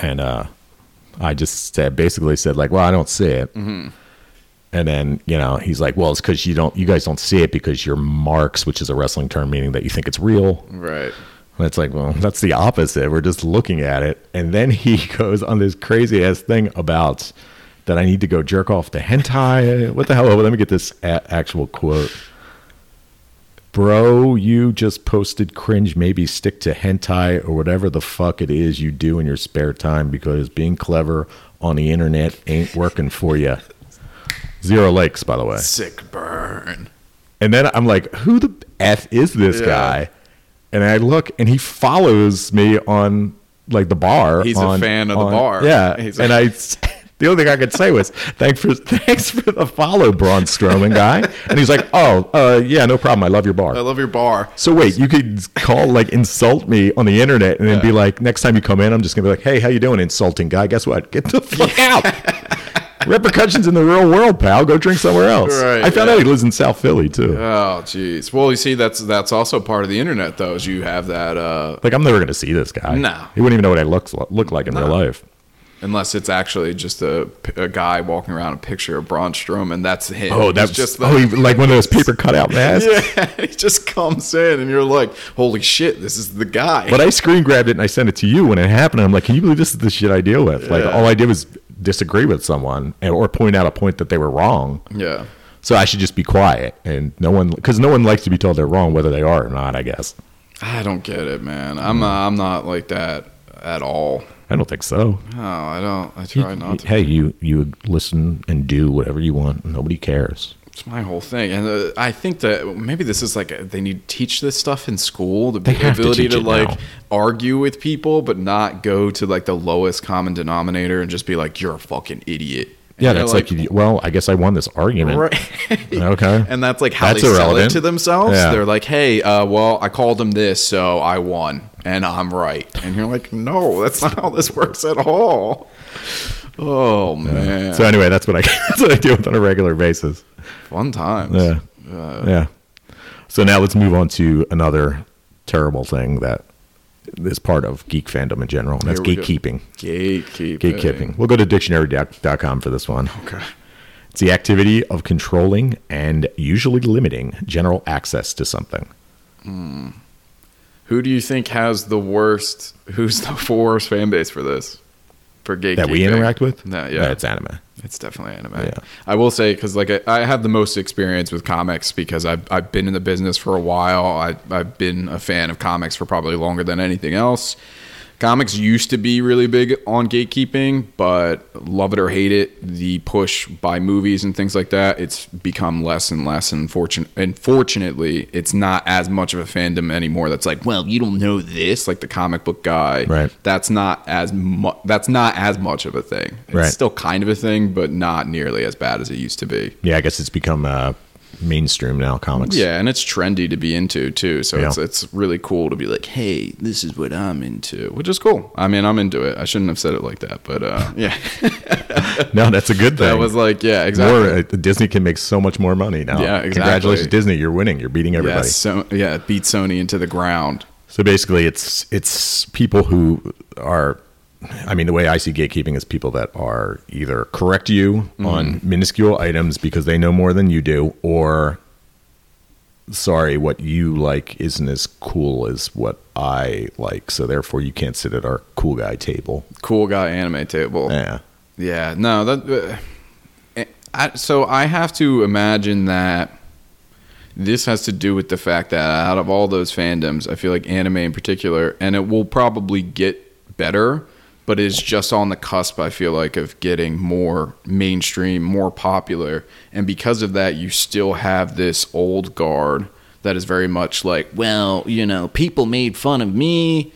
Speaker 1: And uh, I just said, basically said like, "Well, I don't see it." And then you know he's like, "Well, it's because you don't, you guys don't see it because you're marks, which is a wrestling term meaning that you think it's real."
Speaker 2: Right.
Speaker 1: And it's like, well, that's the opposite. We're just looking at it. And then he goes on this crazy ass thing about that I need to go jerk off to hentai. What the hell? Oh, Let me get this a- actual quote. Bro, you just posted cringe. Maybe stick to hentai or whatever the fuck it is you do in your spare time because being clever on the internet ain't working for you. Zero likes, by the way.
Speaker 2: Sick burn.
Speaker 1: And then I'm like, who the F is this
Speaker 2: Yeah.
Speaker 1: guy? And I look and he follows me on like the bar.
Speaker 2: He's a
Speaker 1: on-
Speaker 2: fan of the
Speaker 1: on-
Speaker 2: bar.
Speaker 1: Yeah.
Speaker 2: He's
Speaker 1: and I, the only thing I could say was, thanks for, thanks for the follow, Braun Strowman guy. And he's like, oh, uh, yeah, no problem. I love your bar.
Speaker 2: I love your bar.
Speaker 1: so wait, you could call like insult me on the internet and then be like, next time you come in, I'm just gonna be like, hey, how you doing, insulting guy? Guess what? Get the fuck out. Repercussions in the real world, pal. Go drink somewhere else.
Speaker 2: Right,
Speaker 1: I found
Speaker 2: yeah.
Speaker 1: out he lives in South Philly too.
Speaker 2: Oh, jeez. Well, you see, that's that's also part of the internet, though. Is you have that uh,
Speaker 1: Like I'm never gonna see this guy.
Speaker 2: No.
Speaker 1: he wouldn't even know what I look look like in real life.
Speaker 2: unless it's actually just a, a guy walking around a picture of Braun Strowman. That's him.
Speaker 1: Oh,
Speaker 2: He's
Speaker 1: that's
Speaker 2: just
Speaker 1: just oh, he, like one of those paper cutout masks.
Speaker 2: yeah. He just comes in, and you're like, holy shit, this is the guy.
Speaker 1: But I screen grabbed it and I sent it to you when it happened. I'm like, can you believe this is the shit I deal with? Like
Speaker 2: Yeah.
Speaker 1: all I did was disagree with someone and, or point out a point that they were wrong.
Speaker 2: yeah.
Speaker 1: So I should just be quiet and no one because no one likes to be told they're wrong whether they are or not. I guess
Speaker 2: I don't get it, man. I'm not, I'm not like that at all.
Speaker 1: I don't think so.
Speaker 2: No, I don't. I try not to.
Speaker 1: Hey, you you listen and do whatever you want. Nobody cares.
Speaker 2: It's my whole thing, and uh, I think that maybe this is like a, they need to teach this stuff in school. The
Speaker 1: They have to
Speaker 2: ability
Speaker 1: teach
Speaker 2: to,
Speaker 1: it
Speaker 2: like
Speaker 1: now.
Speaker 2: argue with people, but not go to like the lowest common denominator and just be like, "You're a fucking idiot." And
Speaker 1: Yeah,
Speaker 2: they're
Speaker 1: that's like, you- well, I guess I won this argument.
Speaker 2: right.
Speaker 1: Okay.
Speaker 2: and that's like how
Speaker 1: That's
Speaker 2: they
Speaker 1: irrelevant.
Speaker 2: sell it to themselves.
Speaker 1: Yeah.
Speaker 2: They're like, "Hey, uh, well, I called them this, so I won, and I'm right." And you're like, "No, that's not how this works at all." Oh man,
Speaker 1: So anyway, that's what I that's what I deal with on a regular basis.
Speaker 2: fun times.
Speaker 1: Yeah,
Speaker 2: uh,
Speaker 1: yeah. So now let's move on to another terrible thing that is part of geek fandom in general, and that's
Speaker 2: Here we go.
Speaker 1: gatekeeping.
Speaker 2: Gatekeeping.
Speaker 1: Gatekeeping. We'll go to dictionary.com for this one.
Speaker 2: Okay.
Speaker 1: It's the activity of controlling and usually limiting general access to something.
Speaker 2: Who do you think has the worst? Who's the worst fan base for this? For gatekeeping
Speaker 1: That we interact with?
Speaker 2: No, yeah,
Speaker 1: It's anime.
Speaker 2: It's definitely anime.
Speaker 1: Yeah.
Speaker 2: I will say because like I, I have the most experience with comics because I've I've been in the business for a while. I I've been a fan of comics for probably longer than anything else. Comics used to be really big on gatekeeping, but love it or hate it, the push by movies and things like that, it's become less and less. Unfortunate, unfortunately, it's not as much of a fandom anymore. That's like, well, you don't know this, like the comic book guy.
Speaker 1: Right.
Speaker 2: That's not as mu- That's not as much of a thing. It's
Speaker 1: Right.
Speaker 2: still kind of a thing, but not nearly as bad as it used to be.
Speaker 1: Yeah, I guess it's become uh, mainstream now, comics.
Speaker 2: Yeah, and it's trendy to be into too. So it's
Speaker 1: Yeah.
Speaker 2: it's really cool to be like, hey, this is what I'm into, which is cool. I mean, I'm into it. I shouldn't have said it like that, but uh, yeah,
Speaker 1: No, that's a good thing.
Speaker 2: that was like, yeah, exactly.
Speaker 1: More, uh, Disney can make so much more money now.
Speaker 2: Yeah, exactly.
Speaker 1: Congratulations, Disney. You're winning. You're beating everybody.
Speaker 2: Yeah, so yeah, it beat Sony into the ground.
Speaker 1: So basically, it's it's people who are. I mean, the way I see gatekeeping is people that are either correct you
Speaker 2: Mm-hmm.
Speaker 1: on minuscule items because they know more than you do, or sorry, what you like isn't as cool as what I like, so therefore you can't sit at our cool guy table. Eh,
Speaker 2: Cool guy anime table.
Speaker 1: Yeah.
Speaker 2: Yeah, no, that. Uh, I, so I have to imagine that this has to do with the fact that out of all those fandoms, I feel like anime in particular, and it will probably get better, but it's just on the cusp. I feel like of getting more mainstream, more popular, and because of that, you still have this old guard that is very much like, well, you know, people made fun of me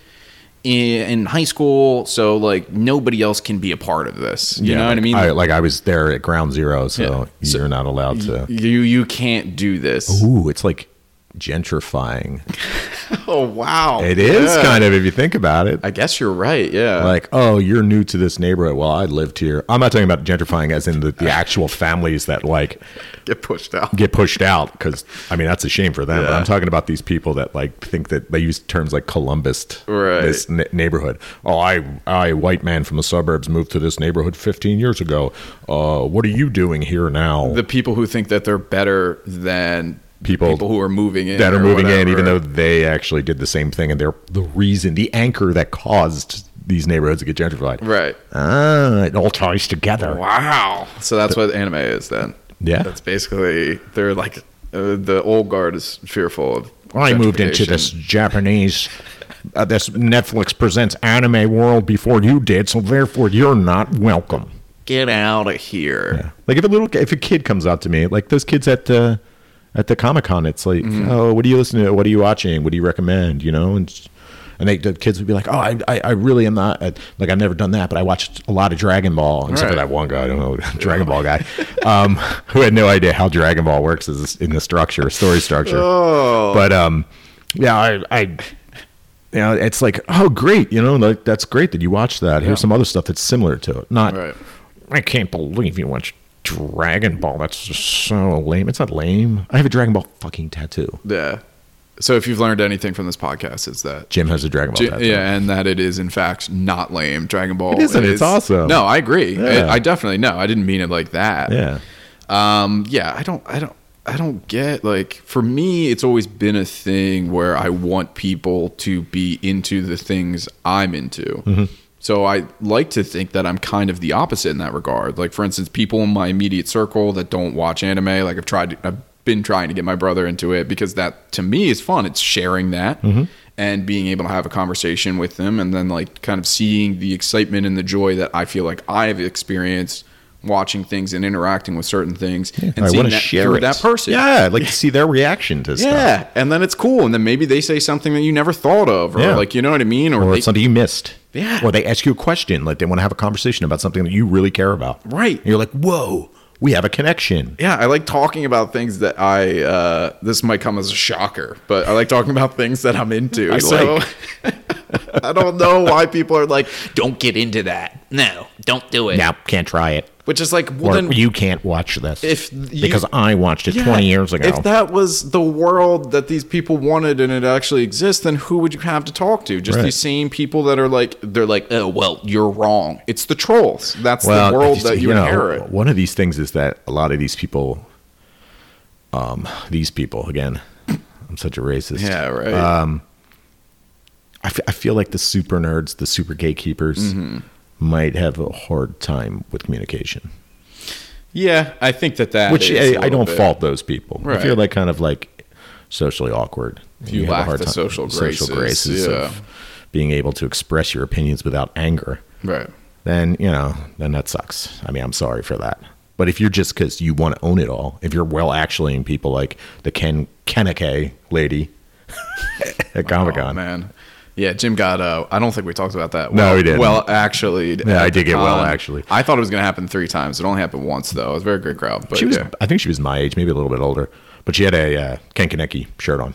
Speaker 2: in, in high school, so like nobody else can be a part of this. You know
Speaker 1: like,
Speaker 2: what I mean?
Speaker 1: like I was there at ground zero, so
Speaker 2: Yeah. So-
Speaker 1: you're not allowed to.
Speaker 2: you you can't do this.
Speaker 1: Ooh, it's like gentrifying.
Speaker 2: Oh wow,
Speaker 1: It is kind of if you think about it.
Speaker 2: I guess you're right. Yeah,
Speaker 1: like, oh, you're new to this neighborhood. Well, I lived here. I'm not talking about gentrifying as in the, the actual families that like
Speaker 2: get pushed out.
Speaker 1: get pushed out because I mean that's a shame for them. But
Speaker 2: Yeah.
Speaker 1: I'm talking about these people that like think that they use terms like Columbus,
Speaker 2: Right.
Speaker 1: this n- neighborhood. Oh, I, I, white man from the suburbs, moved to this neighborhood 15 years ago. Uh, what are you doing here now?
Speaker 2: The people who think that they're better than
Speaker 1: People
Speaker 2: who are moving in
Speaker 1: that are
Speaker 2: or
Speaker 1: moving in, even though
Speaker 2: whatever.
Speaker 1: they actually did the same thing, and they're the reason, the anchor that caused these neighborhoods to get gentrified.
Speaker 2: right.
Speaker 1: Ah, it all ties together.
Speaker 2: Wow. So that's what anime is then.
Speaker 1: Yeah.
Speaker 2: that's basically they're like uh, the old guard is fearful of.
Speaker 1: I moved into
Speaker 2: gentrification.
Speaker 1: this Japanese. Uh, this Netflix presents anime world before you did, so therefore you're not welcome.
Speaker 2: Get out of here.
Speaker 1: Like if a little, if a kid comes up to me, like those kids at the at the Comic Con, it's like, oh, what are you listening to? What are you watching? What do you recommend? You know, and s- and they, the kids would be like, oh, I, I, I really am not uh, like I've never done that, but I watched a lot of Dragon Ball, except for
Speaker 2: Right.
Speaker 1: that one guy, I don't know, Dragon Ball guy, um, who had no idea how Dragon Ball works as in the structure, story structure. But um, yeah, I, I you know, it's like, oh, great, you know, like that's great that you watched that. Here's some other stuff that's similar to it. Not,
Speaker 2: Right.
Speaker 1: I can't believe you watched Dragon Ball. That's just so lame. It's not lame. I have a Dragon Ball fucking tattoo.
Speaker 2: Yeah. So if you've learned anything from this podcast, it's that
Speaker 1: Jim has a Dragon Ball
Speaker 2: J-
Speaker 1: tattoo.
Speaker 2: yeah, and that it is in fact not lame. Dragon Ball,
Speaker 1: It isn't. It's
Speaker 2: is-
Speaker 1: awesome.
Speaker 2: No, I agree.
Speaker 1: Yeah.
Speaker 2: I, I definitely no. I didn't mean it like that.
Speaker 1: yeah,
Speaker 2: Um. Yeah. I don't. I don't. I don't get like for me, it's always been a thing where I want people to be into the things I'm into. So I like to think that I'm kind of the opposite in that regard. Like for instance, people in my immediate circle that don't watch anime, like I've tried, I've been trying to get my brother into it because that to me is fun. It's sharing that and being able to have a conversation with them, and then like kind of seeing the excitement and the joy that I feel like I've experienced watching things and interacting with certain things and
Speaker 1: I
Speaker 2: seeing
Speaker 1: want to
Speaker 2: that
Speaker 1: share
Speaker 2: through
Speaker 1: it.
Speaker 2: that person.
Speaker 1: Yeah, I'd like to see their reaction to stuff.
Speaker 2: Yeah, and then it's cool, and then maybe they say something that you never thought of, or
Speaker 1: Yeah.
Speaker 2: like you know what I mean, or,
Speaker 1: or
Speaker 2: they,
Speaker 1: it's something you missed.
Speaker 2: Yeah.
Speaker 1: or they ask you a question, like they want to have a conversation about something that you really care about.
Speaker 2: Right.
Speaker 1: and you're like, whoa, we have a connection.
Speaker 2: yeah, I like talking about things that I. Uh, this might come as a shocker, but I like talking about things that I'm into.
Speaker 1: I
Speaker 2: so I don't know why people are like,
Speaker 3: Don't get into that. No, don't do it.
Speaker 1: Now can't try it.
Speaker 2: which is like, well,
Speaker 1: or
Speaker 2: then
Speaker 1: you can't watch this
Speaker 2: if you-
Speaker 1: because I watched it
Speaker 2: Yeah,
Speaker 1: 20 years ago.
Speaker 2: If that was the world that these people wanted and it actually exists, then who would you have to talk to? Just
Speaker 1: Right.
Speaker 2: these same people that are like, they're like, oh, well, you're wrong. It's the trolls. That's the world
Speaker 1: just-
Speaker 2: that you,
Speaker 1: know,
Speaker 2: inherit.
Speaker 1: One of these things is that a lot of these people, um, these people again, I'm such a racist. Um,
Speaker 2: Yeah, right.
Speaker 1: I, f- I feel like the super nerds, the super gatekeepers,
Speaker 2: Mm-hmm.
Speaker 1: might have a hard time with communication.
Speaker 2: yeah, I think that that.
Speaker 1: Which eh,
Speaker 2: is
Speaker 1: I,
Speaker 2: a
Speaker 1: I
Speaker 2: little
Speaker 1: don't
Speaker 2: bit-
Speaker 1: fault those people. If
Speaker 2: Right.
Speaker 1: you're like kind of like socially awkward,
Speaker 2: you
Speaker 1: have a
Speaker 2: lack
Speaker 1: hard
Speaker 2: the
Speaker 1: time-
Speaker 2: social graces, yeah.
Speaker 1: of being able to express your opinions without anger.
Speaker 2: Right.
Speaker 1: then you know then that sucks i mean i'm sorry for that but if you're just because you want to own it all if you're well actuallying people like the ken kenake lady at
Speaker 2: Oh,
Speaker 1: comic-con
Speaker 2: man. Yeah, Jim got. Uh, I don't think we talked about that.
Speaker 1: No,
Speaker 2: well,
Speaker 1: we didn't.
Speaker 2: Well, actually, at
Speaker 1: I
Speaker 2: the
Speaker 1: did get well,
Speaker 2: con.
Speaker 1: actually.
Speaker 2: I thought it was going to happen three times. It only happened once, though. It was a very good crowd. But
Speaker 1: she was
Speaker 2: yeah.
Speaker 1: i think she was my age maybe a little bit older but she had a uh, ken Kaneki shirt on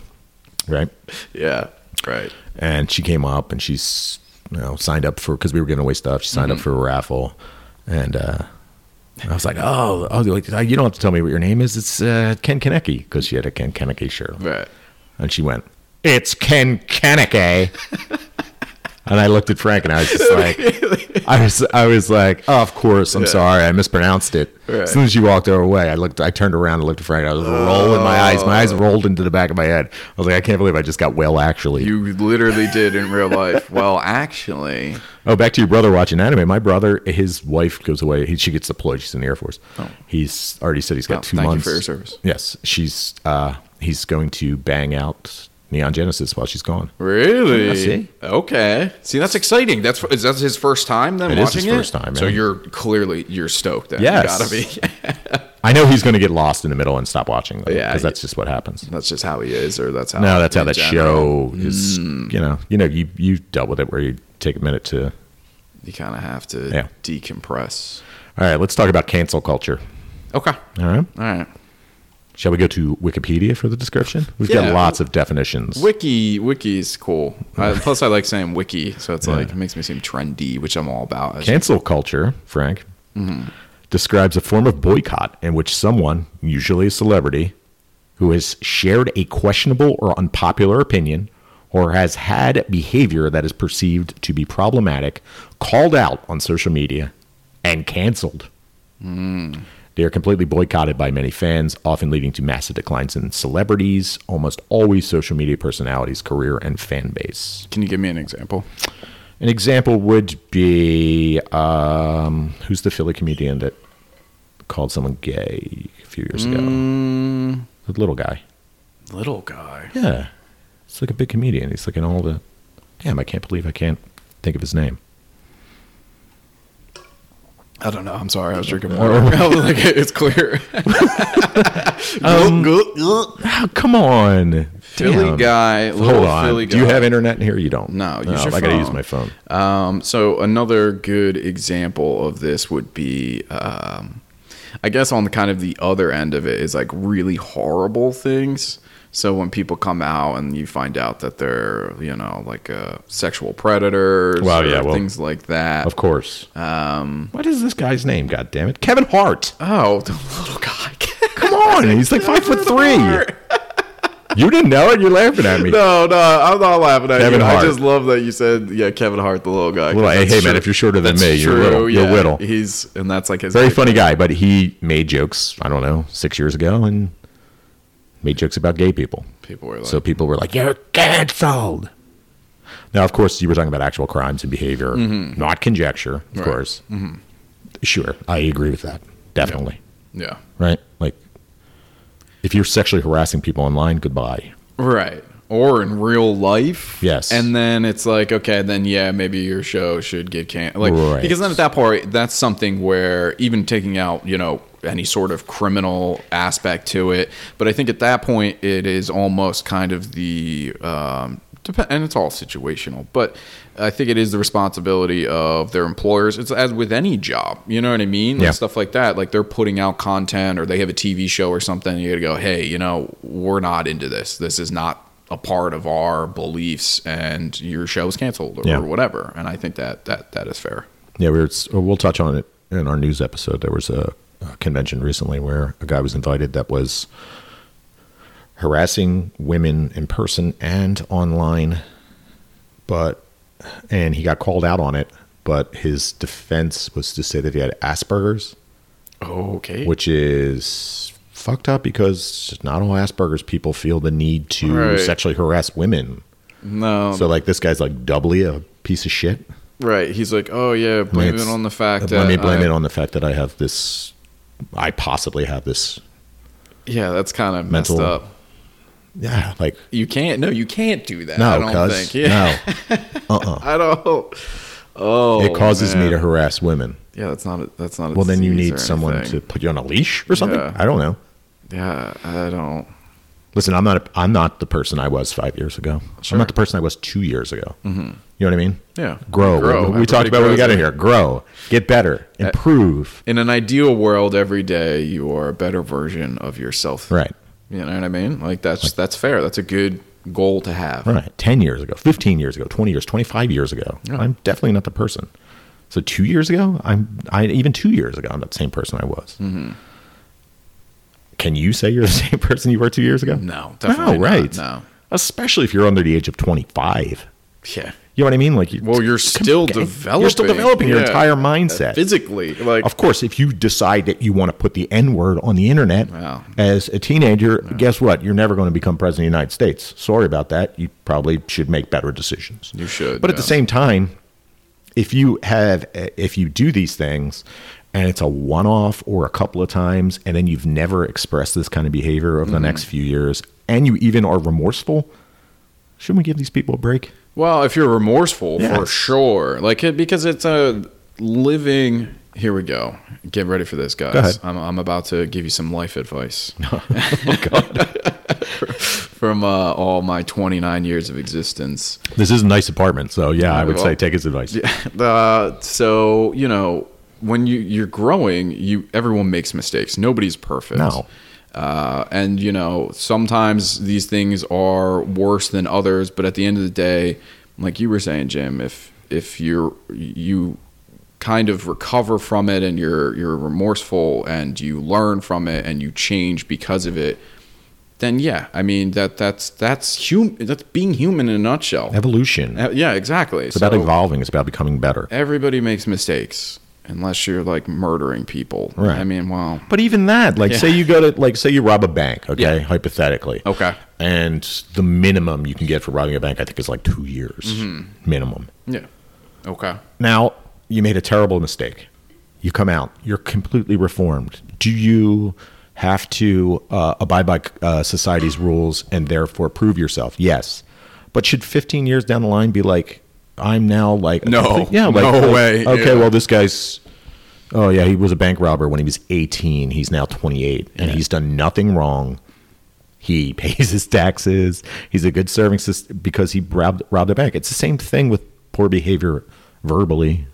Speaker 1: right
Speaker 2: yeah, right.
Speaker 1: and she came up and she's you know signed up for because we were giving away stuff she
Speaker 2: Mm-hmm.
Speaker 1: signed up for a raffle and uh I was like, oh, oh, like, you don't have to tell me what your name is. It's uh, Ken Kaneki because she had a Ken Kaneki shirt.
Speaker 2: Right.
Speaker 1: And she went, it's Ken Kaneke. and I looked at Frank and I was just like, I was, I was like, oh, of course, I'm sorry, I mispronounced it.
Speaker 2: Right.
Speaker 1: As soon as you walked away, I looked, I turned around and looked at Frank. I was rolling my eyes. My
Speaker 2: Oh.
Speaker 1: eyes rolled into the back of my head. I was like, I can't believe I just got well actually.
Speaker 2: You literally did in real life. well, actually,
Speaker 1: Oh, back to your brother watching anime. My brother, his wife goes away. He, she gets deployed. She's in the Air Force. He's already said he's got
Speaker 2: Oh,
Speaker 1: two
Speaker 2: thank you
Speaker 1: months
Speaker 2: for your service.
Speaker 1: Yes, she's uh, he's going to bang out Neon Genesis while she's gone.
Speaker 2: really.
Speaker 1: I see.
Speaker 2: Okay. See, that's exciting. That's is that his first time then
Speaker 1: It is
Speaker 2: watching
Speaker 1: his
Speaker 2: it?
Speaker 1: first time,
Speaker 2: So
Speaker 1: yeah.
Speaker 2: you're clearly you're stoked. Then.
Speaker 1: Yes.
Speaker 2: You gotta be.
Speaker 1: I know he's going to get lost in the middle and stop watching. Though,
Speaker 2: Oh, Yeah,
Speaker 1: because that's just what happens.
Speaker 2: that's just how he is, or that's how.
Speaker 1: No, that's how
Speaker 2: in
Speaker 1: that
Speaker 2: general, Mm.
Speaker 1: show is. You know, you know, you you dealt with it where you take a minute to.
Speaker 2: You kind of have to
Speaker 1: Yeah.
Speaker 2: decompress.
Speaker 1: All right, let's talk about cancel culture.
Speaker 2: Okay.
Speaker 1: All right,
Speaker 2: All right.
Speaker 1: shall we go to Wikipedia for the description? We've
Speaker 2: Yeah.
Speaker 1: got lots of definitions.
Speaker 2: Wiki, wiki's cool. Uh, plus, I like saying wiki, so it's like it makes me seem trendy, which I'm all about.
Speaker 1: Cancel culture, Frank, describes a form of boycott in which someone, usually a celebrity, who has shared a questionable or unpopular opinion or has had behavior that is perceived to be problematic called out on social media and canceled. They are completely boycotted by many fans, often leading to massive declines in celebrities, almost always social media personalities, career, and fan base.
Speaker 2: Can you give me an example?
Speaker 1: An example would be um, who's the Philly comedian that called someone gay a few years ago?
Speaker 2: Mm.
Speaker 1: The little guy.
Speaker 2: Little guy.
Speaker 1: Yeah. He's like a big comedian. He's like an old. Uh, damn, I can't believe I can't think of his name.
Speaker 2: I don't know. I'm sorry. I was drinking water. I was like, it's clear.
Speaker 1: Oh, come on. Um, Damn.
Speaker 2: Philly guy.
Speaker 1: Hold
Speaker 2: little
Speaker 1: on.
Speaker 2: Philly
Speaker 1: Do you
Speaker 2: guy.
Speaker 1: have internet in here? You don't.
Speaker 2: No, use your
Speaker 1: I gotta use
Speaker 2: phone.
Speaker 1: my phone.
Speaker 2: Um, so another good example of this would be, um, I guess, on the kind of the other end of it is like really horrible things. So when people come out and you find out that they're, you know, like uh, sexual predators,
Speaker 1: Well,
Speaker 2: or
Speaker 1: yeah, well,
Speaker 2: things like that.
Speaker 1: Of course. Um, what is this guy's name? God damn it, Kevin Hart.
Speaker 2: oh, the little guy.
Speaker 1: Come on, he's like five foot three. You didn't know it. You're laughing at me.
Speaker 2: No, no, I'm not laughing at
Speaker 1: Kevin
Speaker 2: you.
Speaker 1: Hart.
Speaker 2: I just love that you said, yeah, Kevin Hart, the little guy. 'cause
Speaker 1: Well, hey,
Speaker 2: that's
Speaker 1: hey, man, if you're shorter than me, you're little. You're little.
Speaker 2: He's and that's like his
Speaker 1: very
Speaker 2: big-
Speaker 1: funny guy, but he made jokes, I don't know, six years ago and made jokes about gay people.
Speaker 2: People were like,
Speaker 1: So people were like, You're canceled. Now, of course, you were talking about actual crimes and behavior, not conjecture, of course. Sure, I agree with that. Definitely.
Speaker 2: yeah,
Speaker 1: Right? Like, if you're sexually harassing people online, goodbye.
Speaker 2: Right. Or in real life.
Speaker 1: Yes.
Speaker 2: And then it's like, okay, then yeah, maybe your show should get canceled. Like,
Speaker 1: Right.
Speaker 2: Because then at that point, that's something where even taking out, you know, any sort of criminal aspect to it. But I think at that point, it is almost kind of the, um, dep- and it's all situational, but I think it is the responsibility of their employers. It's as with any job, you know what I mean? Like,
Speaker 1: Yeah.
Speaker 2: Stuff like that. Like they're putting out content or they have a TV show or something. You gotta go, hey, you know, we're not into this. This is not a part of our beliefs, and your show is canceled or,
Speaker 1: Yeah.
Speaker 2: whatever. And I think that that that is fair.
Speaker 1: Yeah, we were, oh, we'll touch on it in our news episode. There was a, a convention recently where a guy was invited that was harassing women in person and online, but and he got called out on it. But his defense was to say that he had Asperger's,
Speaker 2: Okay.
Speaker 1: which is fucked up because not all Asperger's people feel the need to
Speaker 2: Right.
Speaker 1: sexually harass women.
Speaker 2: no.
Speaker 1: So like this guy's like doubly a piece of shit.
Speaker 2: right. He's like, oh yeah, blame
Speaker 1: it's-
Speaker 2: it on the fact that
Speaker 1: Let me blame
Speaker 2: I-
Speaker 1: it on the fact that I have this. I possibly have this.
Speaker 2: Yeah, that's kind of messed
Speaker 1: Mental-
Speaker 2: up.
Speaker 1: Yeah, like
Speaker 2: You can't. No, you can't do that.
Speaker 1: no,
Speaker 2: I don't
Speaker 1: cuz
Speaker 2: think. Yeah.
Speaker 1: no,
Speaker 2: I don't. Oh,
Speaker 1: it causes me
Speaker 2: man.
Speaker 1: to harass women.
Speaker 2: Yeah, that's not. A, that's not. A
Speaker 1: Well, then you
Speaker 2: disease or
Speaker 1: need someone
Speaker 2: anything.
Speaker 1: to put you on a leash or something.
Speaker 2: Yeah.
Speaker 1: I don't know.
Speaker 2: Yeah, I don't.
Speaker 1: Listen, I'm not. A, I'm not the person I was five years ago. I'm not the person I was two years ago. You know what I mean?
Speaker 2: Mm-hmm. Yeah.
Speaker 1: Grow.
Speaker 2: Grow.
Speaker 1: We, we talked
Speaker 2: Everybody
Speaker 1: about what we
Speaker 2: grows, Eh.
Speaker 1: got in
Speaker 2: yeah.
Speaker 1: here. Grow. Get better. Improve.
Speaker 2: In an ideal world, every day you are a better version of yourself.
Speaker 1: Right.
Speaker 2: You know what I mean? Like that's that's fair. That's a good goal to have.
Speaker 1: Right. 10 years ago, 15 years ago, 20 years, 25 years ago. I'm definitely not the person. So 2 years ago, I'm I even 2 years ago, I'm not the same person I was.
Speaker 2: Mm-hmm.
Speaker 1: Can you say you're the same person you were 2 years ago?
Speaker 2: No, definitely
Speaker 1: right.
Speaker 2: not.
Speaker 1: especially if you're under the age of 25.
Speaker 2: Yeah.
Speaker 1: You know what I mean? Like, you-
Speaker 2: Well, you're still developing.
Speaker 1: You're still developing your
Speaker 2: Yeah.
Speaker 1: entire mindset.
Speaker 2: physically. Like
Speaker 1: Of course, if you decide that you want to put the N word on the internet
Speaker 2: Wow.
Speaker 1: as a teenager, guess what? You're never going to become president of the United States. Sorry about that. You probably should make better decisions.
Speaker 2: You should,
Speaker 1: But at the
Speaker 2: yeah.
Speaker 1: same time, if you have, if you do these things, and it's a one-off or a couple of times, and then you've never expressed this kind of behavior over
Speaker 2: Mm-hmm.
Speaker 1: the next few years, and you even are remorseful, shouldn't we give these people a break?
Speaker 2: Well, if you're remorseful,
Speaker 1: Yeah.
Speaker 2: for sure. Like it, because it's a living. Here we go. Get ready for this, guys.
Speaker 1: ahead.
Speaker 2: I'm, I'm about to give you some life advice. From uh, all my 29 years of existence.
Speaker 1: This is a nice apartment, so yeah, I would
Speaker 2: Well,
Speaker 1: say take his advice.
Speaker 2: Uh, so you know, when you you're growing, you everyone makes mistakes. Nobody's perfect.
Speaker 1: No.
Speaker 2: Uh, and you know, sometimes these things are worse than others. But at the end of the day, like you were saying, Jim, if if you're you kind of recover from it and you're you're remorseful and you learn from it and you change because of it, then yeah, I mean that that's that's human. That's being human in a nutshell.
Speaker 1: Evolution.
Speaker 2: Uh, yeah, exactly.
Speaker 1: It's about evolving. It's about becoming better.
Speaker 2: everybody makes mistakes unless you're like murdering people.
Speaker 1: Right.
Speaker 2: I mean, well,
Speaker 1: But even that, like, say you go to, like, say you rob a bank, okay,
Speaker 2: Yeah.
Speaker 1: hypothetically,
Speaker 2: Okay.
Speaker 1: and the minimum you can get for robbing a bank, I think, is like two years
Speaker 2: Mm-hmm.
Speaker 1: minimum.
Speaker 2: yeah. Okay.
Speaker 1: Now you made a terrible mistake. You come out, you're completely reformed. Do you have to uh, abide by uh, society's rules and therefore prove yourself? Yes, but should 15 years down the line be like, I'm now like, a
Speaker 2: No.
Speaker 1: complete- yeah, like,
Speaker 2: No
Speaker 1: like,
Speaker 2: way.
Speaker 1: Okay,
Speaker 2: Yeah.
Speaker 1: well this guy's. Oh yeah, he was a bank robber when he was 18. He's now 28, and he's done nothing wrong. He pays his taxes. He's a good serving system because he robbed, robbed a bank. It's the same thing with poor behavior verbally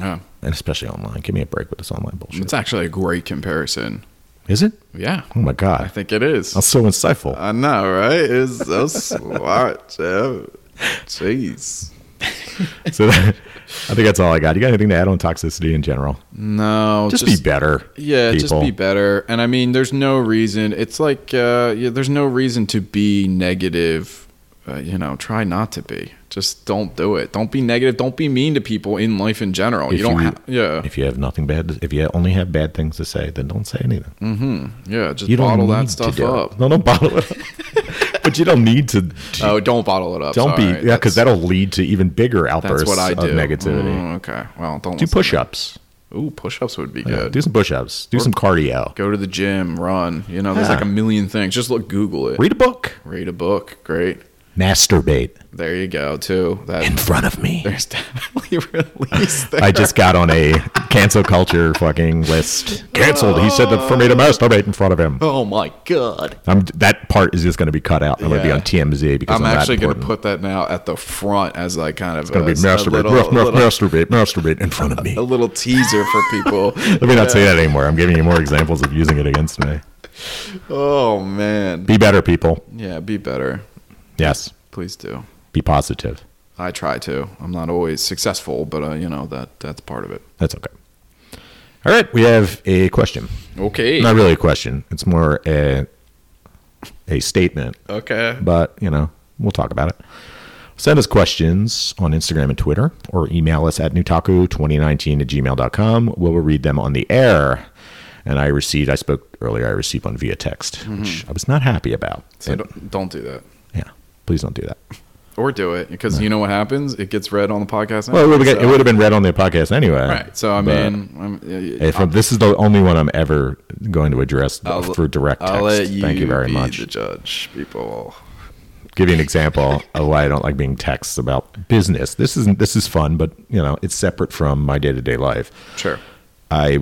Speaker 2: Yeah.
Speaker 1: and especially online. Give me a break with this online bullshit.
Speaker 2: It's actually a great comparison.
Speaker 1: Is it?
Speaker 2: Yeah.
Speaker 1: Oh my
Speaker 2: I
Speaker 1: god,
Speaker 2: think it is.
Speaker 1: that's so insightful.
Speaker 2: I know, right? It's so smart, Jim. Jeez.
Speaker 1: so that, I think that's all I got. You got anything to add on toxicity in general?
Speaker 2: No,
Speaker 1: Just, be better.
Speaker 2: Yeah,
Speaker 1: people.
Speaker 2: just be better. And I mean, there's no reason. It's like uh, yeah, there's no reason to be negative. Uh, you know, try not to be. Just don't do it. Don't be negative. Don't be mean to people in life in general.
Speaker 1: If
Speaker 2: you don't. ha- yeah,
Speaker 1: If you have nothing bad, if you only have bad things to say, then don't say anything.
Speaker 2: yeah. Just
Speaker 1: You don't
Speaker 2: Mm, bottle
Speaker 1: need
Speaker 2: that
Speaker 1: to
Speaker 2: stuff
Speaker 1: do it.
Speaker 2: up.
Speaker 1: No, don't bottle it. up. but you don't need to.
Speaker 2: Oh, don't bottle it up.
Speaker 1: don't
Speaker 2: Sorry.
Speaker 1: be yeah, because
Speaker 2: That's-
Speaker 1: that'll lead to even bigger
Speaker 2: that's
Speaker 1: outbursts
Speaker 2: what I do.
Speaker 1: of negativity.
Speaker 2: Mm, okay. Well, don't
Speaker 1: Do push-ups.
Speaker 2: Ooh, push-ups would be
Speaker 1: Yeah,
Speaker 2: good.
Speaker 1: do some push-ups. Do some cardio.
Speaker 2: Go to the gym, run. You know, there's
Speaker 1: Yeah.
Speaker 2: like a million things. Just look, Google it.
Speaker 1: Read a book.
Speaker 2: Read a book. Great.
Speaker 1: Masturbate
Speaker 2: There you go. Too. That
Speaker 1: in front of me.
Speaker 2: There's definitely release there.
Speaker 1: I just got on a cancel culture fucking list. Canceled. He said that for me to masturbate in front of him.
Speaker 2: Oh my god!
Speaker 1: I'm, that part is just going to be cut out. I'm going to be
Speaker 2: Yeah.
Speaker 1: on TMZ because
Speaker 2: I'm
Speaker 1: I'm, that
Speaker 2: actually going to
Speaker 1: important.
Speaker 2: put that now at the front as like kind of
Speaker 1: Gonna
Speaker 2: a,
Speaker 1: be masturbate,
Speaker 2: a, little,
Speaker 1: ruff, ruff,
Speaker 2: little-
Speaker 1: masturbate, masturbate in front of me.
Speaker 2: a little teaser for people.
Speaker 1: Let me not say that anymore. I'm giving you more examples of using it against me.
Speaker 2: oh man!
Speaker 1: Be better, people.
Speaker 2: Yeah, be better.
Speaker 1: Yes,
Speaker 2: Please do.
Speaker 1: be positive.
Speaker 2: I try to. I'm not always successful, but uh, you know that that's part of it.
Speaker 1: That's okay. All right, we have a question.
Speaker 2: Okay.
Speaker 1: Not really a question. It's more a a statement.
Speaker 2: Okay.
Speaker 1: but you know we'll talk about it send us questions on instagram and twitter or email us at nutaku2019 at gmail.com we'll read them on the air and i received i spoke earlier i received one via text which i was not happy about
Speaker 2: Mm-hmm. So
Speaker 1: And-
Speaker 2: don't, don't do that,
Speaker 1: yeah please don't do that
Speaker 2: or do it because you know what happens. It gets read on the podcast.
Speaker 1: well it would,
Speaker 2: anyway,
Speaker 1: have,
Speaker 2: so-
Speaker 1: it would have been read on the podcast anyway
Speaker 2: right. So I
Speaker 1: but
Speaker 2: mean, I'm, yeah,
Speaker 1: if this is the only one i'm ever going to address
Speaker 2: I'll-
Speaker 1: for direct text
Speaker 2: I'll let you
Speaker 1: thank you very
Speaker 2: be
Speaker 1: much
Speaker 2: The judge, people.
Speaker 1: give you an example of why I don't like being texts about business. This isn't this is fun, but you know, it's separate from my day to day life.
Speaker 2: Sure.
Speaker 1: I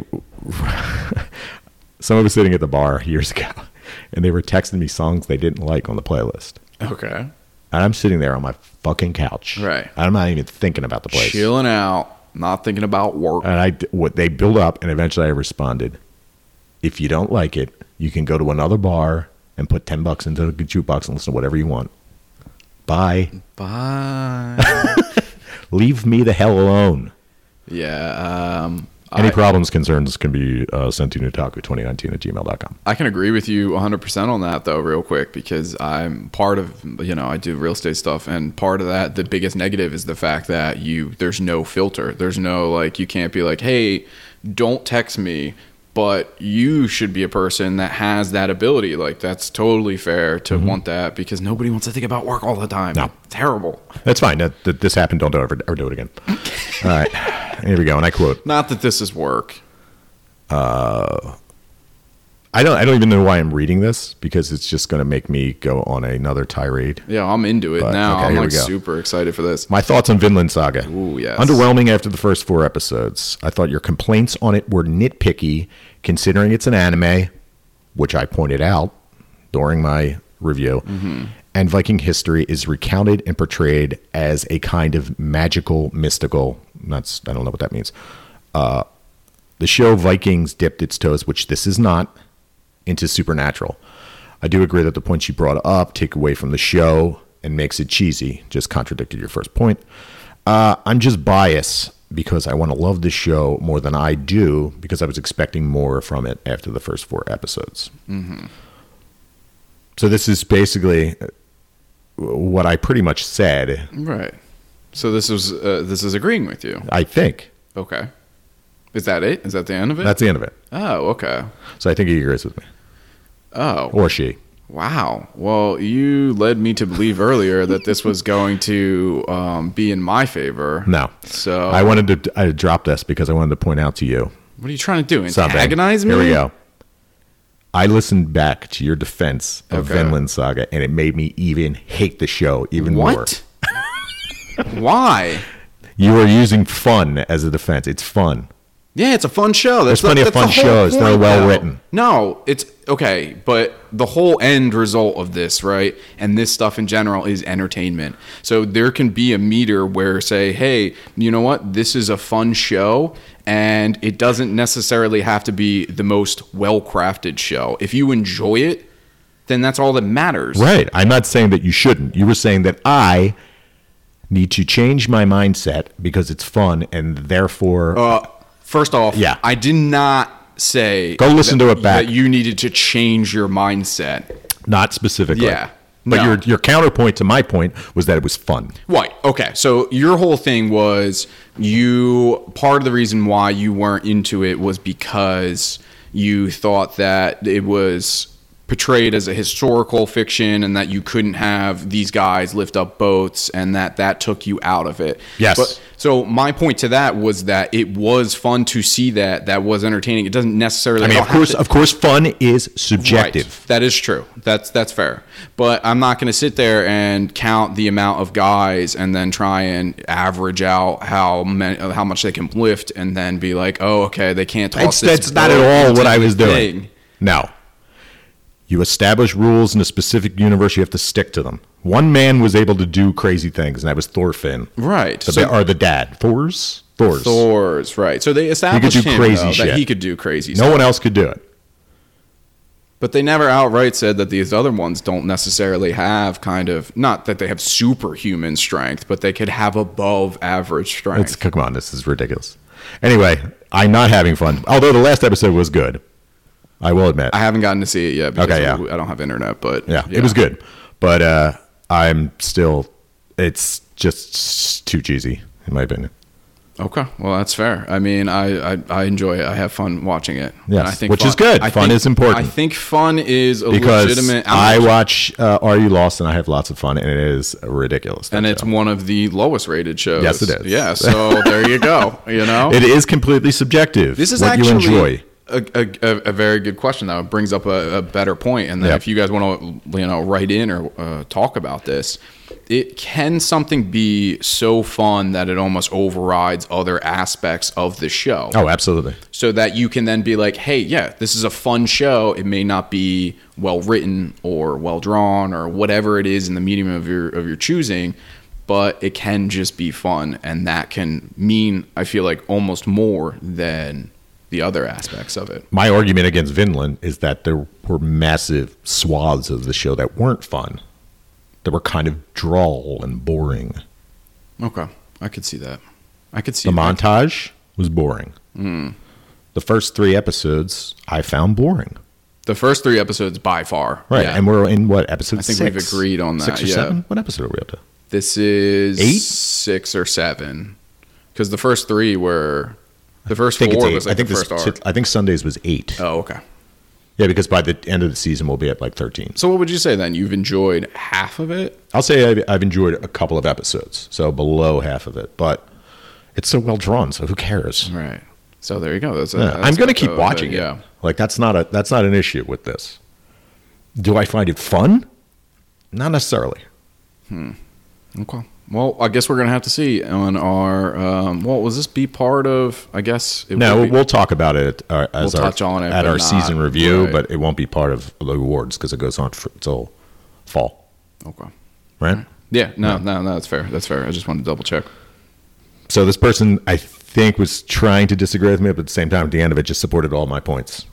Speaker 1: someone was sitting at the bar years ago and they were texting me songs they didn't like on the playlist.
Speaker 2: Okay.
Speaker 1: And I'm sitting there on my fucking couch.
Speaker 2: Right.
Speaker 1: I'm not even thinking about the place. Uh,
Speaker 2: Chilling out, not thinking about work.
Speaker 1: And I d- what they built up and eventually I responded, if you don't like it, you can go to another bar and put 10 bucks into the jukebox and listen to whatever you want. Bye.
Speaker 2: Bye.
Speaker 1: Leave me the hell alone.
Speaker 2: yeah. Um,
Speaker 1: Any problems, concerns can be uh, sent to nutaku2019 at gmail.com.
Speaker 2: I can agree with you 100% on that though real quick because I'm part of you know I do real estate stuff and part of that the biggest negative is the fact that you there's no filter. There's no like you can't be like, "Hey, don't text me." But you should be a person that has that ability. Like that's totally fair to want that because nobody wants to think about work all the time.
Speaker 1: Mm-hmm. No.
Speaker 2: Terrible.
Speaker 1: That's fine. That, that this happened. Don't ever, ever do it again. All right. Here we go. And I quote.
Speaker 2: Not that this is work.
Speaker 1: I don't. I don't even know why I'm reading this because it's just going to make me go on another tirade.
Speaker 2: Yeah, I'm into it
Speaker 1: But,
Speaker 2: now.
Speaker 1: okay,
Speaker 2: I'm
Speaker 1: here we
Speaker 2: like
Speaker 1: go.
Speaker 2: super excited for this.
Speaker 1: My thoughts on Vinland Saga.
Speaker 2: Ooh, yes.
Speaker 1: Underwhelming after the first four episodes. I thought your complaints on it were nitpicky, considering it's an anime, which I pointed out during my review.
Speaker 2: Mm-hmm.
Speaker 1: And Viking history is recounted and portrayed as a kind of magical, mystical. That's I don't know what that means. uh, The show Vikings dipped its toes, which this is not, into supernatural. I do agree that the points you brought up take away from the show and makes it cheesy. Just contradicted your first point. Uh, I'm just biased because I want to love this show more than I do because I was expecting more from it after the first four episodes. So this is basically uh, what I pretty much said.
Speaker 2: Right. So this is uh, this is agreeing with you.
Speaker 1: I think
Speaker 2: Okay. Is that it? Is that the end of it?
Speaker 1: that's the end of it.
Speaker 2: oh, okay.
Speaker 1: So I think he agrees with me
Speaker 2: Oh,
Speaker 1: or she.
Speaker 2: wow. Well, you led me to believe earlier that this was going to um, be in my favor.
Speaker 1: No.
Speaker 2: So
Speaker 1: I wanted to I dropped this because I wanted to point out to you
Speaker 2: what are you trying to do?
Speaker 1: something.
Speaker 2: Antagonize me?
Speaker 1: Here we go. I listened back to your defense of
Speaker 2: Okay.
Speaker 1: Vinland Saga, and it made me even hate the show even more.
Speaker 2: What? Why?
Speaker 1: You are using fun as a defense. It's fun.
Speaker 2: Yeah, it's a fun show.
Speaker 1: There's
Speaker 2: That's
Speaker 1: plenty
Speaker 2: the,
Speaker 1: of
Speaker 2: that's the
Speaker 1: fun
Speaker 2: whole
Speaker 1: shows. They're
Speaker 2: point,
Speaker 1: well
Speaker 2: though.
Speaker 1: written.
Speaker 2: No, it's okay, but the whole end result of this, right, and this stuff in general is entertainment. So there can be a meter where say, hey, you know what, this is a fun show, and it doesn't necessarily have to be the most well crafted show. If you enjoy it, then that's all that matters.
Speaker 1: Right. I'm not saying that you shouldn't. You were saying that I need to change my mindset because it's fun, and therefore,
Speaker 2: Uh, first off,
Speaker 1: Yeah.
Speaker 2: I did not say
Speaker 1: Go listen
Speaker 2: that-
Speaker 1: to it back.
Speaker 2: that you needed to change your mindset.
Speaker 1: not specifically.
Speaker 2: yeah.
Speaker 1: But
Speaker 2: No.
Speaker 1: your your counterpoint to my point was that it was fun.
Speaker 2: Right. Okay. So your whole thing was you part of the reason why you weren't into it was because you thought that it was portrayed as a historical fiction and that you couldn't have these guys lift up boats and that that took you out of it.
Speaker 1: Yes.
Speaker 2: But, so my point to that was that it was fun to see that that was entertaining. It doesn't necessarily
Speaker 1: I mean,
Speaker 2: don't
Speaker 1: of
Speaker 2: have
Speaker 1: course,
Speaker 2: to-
Speaker 1: of course, fun is
Speaker 2: Right.
Speaker 1: subjective.
Speaker 2: That is true. That's that's fair. But I'm not going to sit there and count the amount of guys and then try and average out how many, how much they can lift and then be like, oh, okay, they can't
Speaker 1: That's,
Speaker 2: toss this
Speaker 1: that's not at
Speaker 2: boat
Speaker 1: all
Speaker 2: into
Speaker 1: what I
Speaker 2: the
Speaker 1: was doing.
Speaker 2: thing.
Speaker 1: No. You establish rules in a specific universe, you have to stick to them. One man was able to do crazy things, and that was Thorfinn.
Speaker 2: Right.
Speaker 1: The,
Speaker 2: So-
Speaker 1: ba- or the dad. Thor's? Thor's.
Speaker 2: Thor's right. So they established
Speaker 1: do
Speaker 2: him,
Speaker 1: crazy
Speaker 2: though,
Speaker 1: shit.
Speaker 2: that he could do crazy
Speaker 1: No
Speaker 2: stuff.
Speaker 1: one else could do it.
Speaker 2: But they never outright said that these other ones don't necessarily have kind of not that they have superhuman strength, but they could have above average strength.
Speaker 1: It's, come on, this is ridiculous. Anyway, I'm not having fun. Although the last episode was good. I will admit.
Speaker 2: I haven't gotten to see it yet because
Speaker 1: Okay, yeah.
Speaker 2: we- I don't have internet, but
Speaker 1: yeah, it was good. But uh, I'm still, it's just s- too cheesy, in my opinion.
Speaker 2: Okay, well that's fair. I mean, I I, I enjoy it. I have fun watching it.
Speaker 1: Yes,
Speaker 2: And I
Speaker 1: which is good. Fun
Speaker 2: think-
Speaker 1: is important.
Speaker 2: I think fun is a
Speaker 1: because
Speaker 2: legitimate.
Speaker 1: I
Speaker 2: outlet,
Speaker 1: watch uh, Are You Lost and I have lots of fun, and it is ridiculous. that
Speaker 2: and it's
Speaker 1: show.
Speaker 2: one of the lowest rated shows.
Speaker 1: Yes, it is.
Speaker 2: Yeah, so there you go. You know,
Speaker 1: it is completely subjective.
Speaker 2: this is
Speaker 1: what
Speaker 2: actually
Speaker 1: you enjoy.
Speaker 2: A, a, a- a very good question though. It brings up a, a better point, and then
Speaker 1: Yep.
Speaker 2: if you guys want to you know write in or uh, talk about this, it can something be so fun that it almost overrides other aspects of the show.
Speaker 1: Oh, absolutely.
Speaker 2: so that you can then be like, hey, yeah, this is a fun show. It may not be well written or well drawn or whatever it is in the medium of your of your choosing, but it can just be fun, and that can mean I feel like almost more than the other aspects of it.
Speaker 1: My argument against Vinland is that there were massive swaths of the show that weren't fun, that were kind of droll and boring.
Speaker 2: Okay, I could see that. I could see
Speaker 1: The
Speaker 2: that. Hmm.
Speaker 1: montage was boring. the first three episodes I found boring.
Speaker 2: The first three episodes by far.
Speaker 1: Right,
Speaker 2: Yeah.
Speaker 1: and we're in what episode?
Speaker 2: I think
Speaker 1: six?
Speaker 2: we've agreed on that,
Speaker 1: Six or
Speaker 2: yeah.
Speaker 1: seven? What episode are we up to?
Speaker 2: This is
Speaker 1: Eight?
Speaker 2: six or seven, because the first three were the first
Speaker 1: I think
Speaker 2: four
Speaker 1: it's eight.
Speaker 2: was
Speaker 1: I
Speaker 2: like
Speaker 1: think
Speaker 2: the
Speaker 1: this.
Speaker 2: first arc.
Speaker 1: I think Sundays was eight.
Speaker 2: oh, okay.
Speaker 1: Yeah, because by the end of the season we'll be at like thirteen.
Speaker 2: So what would you say then? You've enjoyed half of it.
Speaker 1: I'll say I've, I've enjoyed a couple of episodes, so below half of it, but it's so well drawn, so who cares?
Speaker 2: Right. So there you go. That's,
Speaker 1: Yeah,
Speaker 2: Mm, that's
Speaker 1: I'm going to
Speaker 2: what
Speaker 1: keep
Speaker 2: the-
Speaker 1: watching it.
Speaker 2: Yeah.
Speaker 1: Like that's not a that's not an issue with this. Do I find it fun? Not necessarily.
Speaker 2: Okay. Well, I guess we're gonna have to see on our. Um, well, was this be part of? I guess it
Speaker 1: No,
Speaker 2: will be-
Speaker 1: we'll talk about it uh, as
Speaker 2: We'll
Speaker 1: our,
Speaker 2: touch on it,
Speaker 1: at
Speaker 2: but
Speaker 1: our
Speaker 2: not-
Speaker 1: season review,
Speaker 2: right.
Speaker 1: but it won't be part of the awards because it goes on for, till fall,
Speaker 2: Okay.
Speaker 1: right?
Speaker 2: Yeah. No, no. No. That's fair. That's fair. I just wanted to double check.
Speaker 1: So this person, I think, was trying to disagree with me, but at the same time, at the end of it, just supported all my points.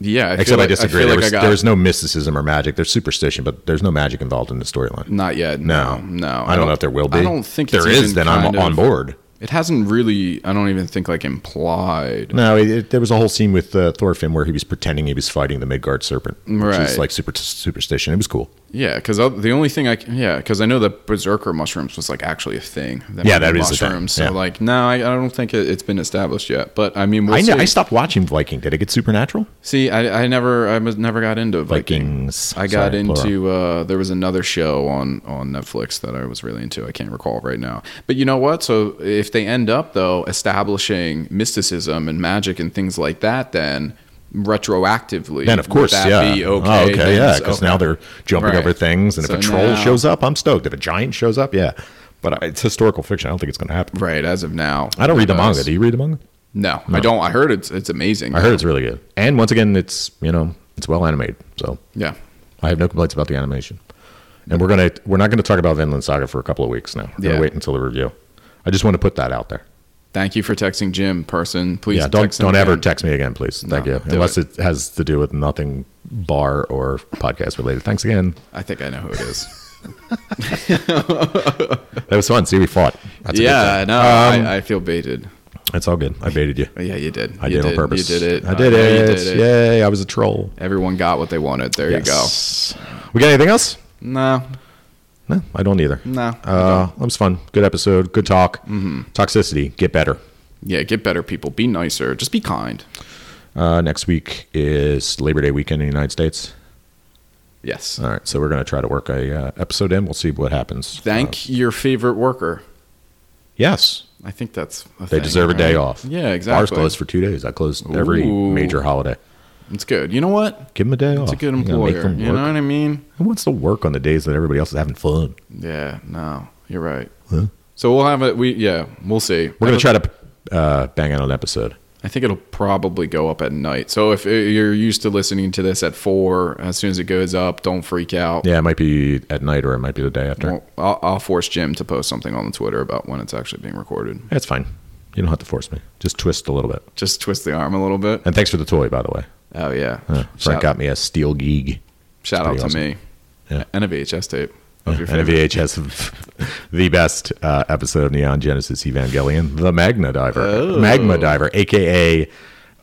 Speaker 2: Yeah. I feel
Speaker 1: Except I
Speaker 2: like-
Speaker 1: disagree.
Speaker 2: I feel
Speaker 1: there,
Speaker 2: like
Speaker 1: was,
Speaker 2: I got
Speaker 1: there was no mysticism or magic. There's superstition, but there's no magic involved in the storyline.
Speaker 2: not yet.
Speaker 1: No,
Speaker 2: No. No.
Speaker 1: I, don't, know if there will be.
Speaker 2: I don't think
Speaker 1: there
Speaker 2: it's
Speaker 1: is.
Speaker 2: even
Speaker 1: Then I'm
Speaker 2: kind
Speaker 1: on
Speaker 2: of-
Speaker 1: board.
Speaker 2: It hasn't really. I don't even think like implied.
Speaker 1: No, it, it, there was a whole scene with uh, Thorfinn where he was pretending he was fighting the Midgard serpent, which is
Speaker 2: Right.
Speaker 1: like super superstition. It was cool.
Speaker 2: Yeah, because the only thing I c- yeah, because I know that berserker mushrooms was like actually a thing. That
Speaker 1: Yeah,
Speaker 2: made
Speaker 1: that is a thing,
Speaker 2: mushrooms.
Speaker 1: yeah.
Speaker 2: So like, no, I, I don't think it, it's been established yet. But I mean, we'll
Speaker 1: I,
Speaker 2: see.
Speaker 1: know, I stopped watching Viking. Did it get supernatural?
Speaker 2: see, I, I never, I was never got into Viking.
Speaker 1: Vikings.
Speaker 2: I got
Speaker 1: Sorry, plural.
Speaker 2: into uh, there was another show on on Netflix that I was really into. I can't recall right now. But you know what? So if they end up though establishing mysticism and magic and things like that, then retroactively,
Speaker 1: Then of
Speaker 2: would
Speaker 1: course,
Speaker 2: that
Speaker 1: yeah.
Speaker 2: be okay.
Speaker 1: Oh, okay,
Speaker 2: Then
Speaker 1: yeah,
Speaker 2: it's
Speaker 1: because
Speaker 2: okay.
Speaker 1: now they're jumping
Speaker 2: Right.
Speaker 1: over things, and if
Speaker 2: So
Speaker 1: a troll
Speaker 2: now-
Speaker 1: shows up, I'm stoked. If a giant shows up, yeah. But I- it's historical fiction. I don't think it's going to happen.
Speaker 2: right as of now.
Speaker 1: I don't read the
Speaker 2: who knows?
Speaker 1: manga. Do you read the manga?
Speaker 2: No, I don't. I heard it's it's amazing.
Speaker 1: I heard it's really good. And once again, it's you know it's well animated, so
Speaker 2: yeah.
Speaker 1: I have no complaints about the animation. And we're gonna we're not gonna talk about Vinland Saga for a couple of weeks now. We're gonna
Speaker 2: Yeah.
Speaker 1: wait until the review. I just want to put that out there.
Speaker 2: Thank you for texting Jim, person. Please
Speaker 1: yeah, don't
Speaker 2: text him
Speaker 1: don't ever
Speaker 2: again.
Speaker 1: text me again, please. Thank
Speaker 2: No,
Speaker 1: you.
Speaker 2: do
Speaker 1: Unless it. has to do with nothing bar or podcast related. Thanks again.
Speaker 2: I think I know who it is.
Speaker 1: That was fun. See, we fought. That's a good
Speaker 2: yeah,
Speaker 1: thing. Um,
Speaker 2: no, I, I feel baited.
Speaker 1: it's all good. I baited you.
Speaker 2: But yeah, you did.
Speaker 1: I
Speaker 2: you
Speaker 1: did, on purpose.
Speaker 2: You did it.
Speaker 1: I did
Speaker 2: know you
Speaker 1: it.
Speaker 2: did
Speaker 1: Yay! I was a troll.
Speaker 2: Everyone got what they wanted. There
Speaker 1: you go. We got anything else?
Speaker 2: you go. No,
Speaker 1: No, I don't either.
Speaker 2: no. Mm-hmm.
Speaker 1: Uh, that was fun. Good episode. Good talk. Toxicity. Get better.
Speaker 2: yeah, get better, people. Be nicer. Just be kind.
Speaker 1: Uh, next week is Labor Day weekend in the United States.
Speaker 2: Yes.
Speaker 1: All right, so we're going to try to work a uh, episode in. We'll see what happens. Uh,
Speaker 2: Thank your favorite worker.
Speaker 1: yes,
Speaker 2: I think that's. A
Speaker 1: they
Speaker 2: thing,
Speaker 1: deserve a day
Speaker 2: right?
Speaker 1: off.
Speaker 2: Yeah, exactly.
Speaker 1: Ours closed for two days. I closed every
Speaker 2: Ooh.
Speaker 1: major holiday.
Speaker 2: It's good. You know what?
Speaker 1: Give them a day off.
Speaker 2: It's a good
Speaker 1: You gotta make
Speaker 2: employer.
Speaker 1: them
Speaker 2: You know
Speaker 1: work.
Speaker 2: what I mean?
Speaker 1: Who wants to work on the days that everybody else is having fun?
Speaker 2: Yeah, no, you're right.
Speaker 1: Huh?
Speaker 2: So we'll have it. We yeah, we'll see.
Speaker 1: We're going to try to uh, bang out an episode.
Speaker 2: I think it'll probably go up at night. So if uh, you're used to listening to this at four, as soon as it goes up, don't freak out.
Speaker 1: Yeah, it might be at night or it might be the day after.
Speaker 2: Well, I'll, I'll force Jim to post something on the Twitter about when it's actually being recorded.
Speaker 1: That's fine. You don't have to force me. Just twist a little bit.
Speaker 2: Just twist the arm a little bit.
Speaker 1: And thanks for the toy, by the way.
Speaker 2: Oh yeah,
Speaker 1: Uh, Frank
Speaker 2: shout,
Speaker 1: got me a steel geek.
Speaker 2: shout out
Speaker 1: pretty
Speaker 2: to
Speaker 1: awesome.
Speaker 2: me.
Speaker 1: Yeah.
Speaker 2: And a VHS tape of your
Speaker 1: And a
Speaker 2: favorite.
Speaker 1: VHS, the best uh, episode of Neon Genesis Evangelion, the Magna Diver,
Speaker 2: Oh.
Speaker 1: Magma Diver, aka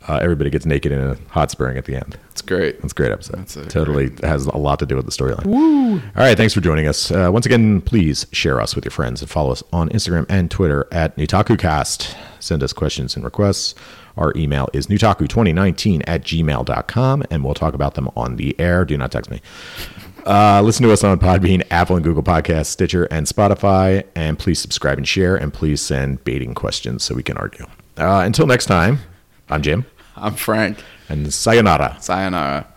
Speaker 1: uh, everybody gets naked in a hot spring at the end.
Speaker 2: It's great.
Speaker 1: That's a great episode.
Speaker 2: That's a
Speaker 1: totally has a lot to do with the storyline. Woo! All right, thanks for joining us uh, once again. Please share us with your friends and follow us on Instagram and Twitter at NutakuCast. Send us questions and requests. Our email is nutaku2019 at gmail.com, and we'll talk about them on the air. Do not text me. Uh, listen to us on Podbean, Apple and Google Podcasts, Stitcher, and Spotify. And please subscribe and share. And please send baiting questions so we can argue. Uh, until next time, I'm Jim,
Speaker 2: I'm Frank.
Speaker 1: and sayonara.
Speaker 2: Sayonara.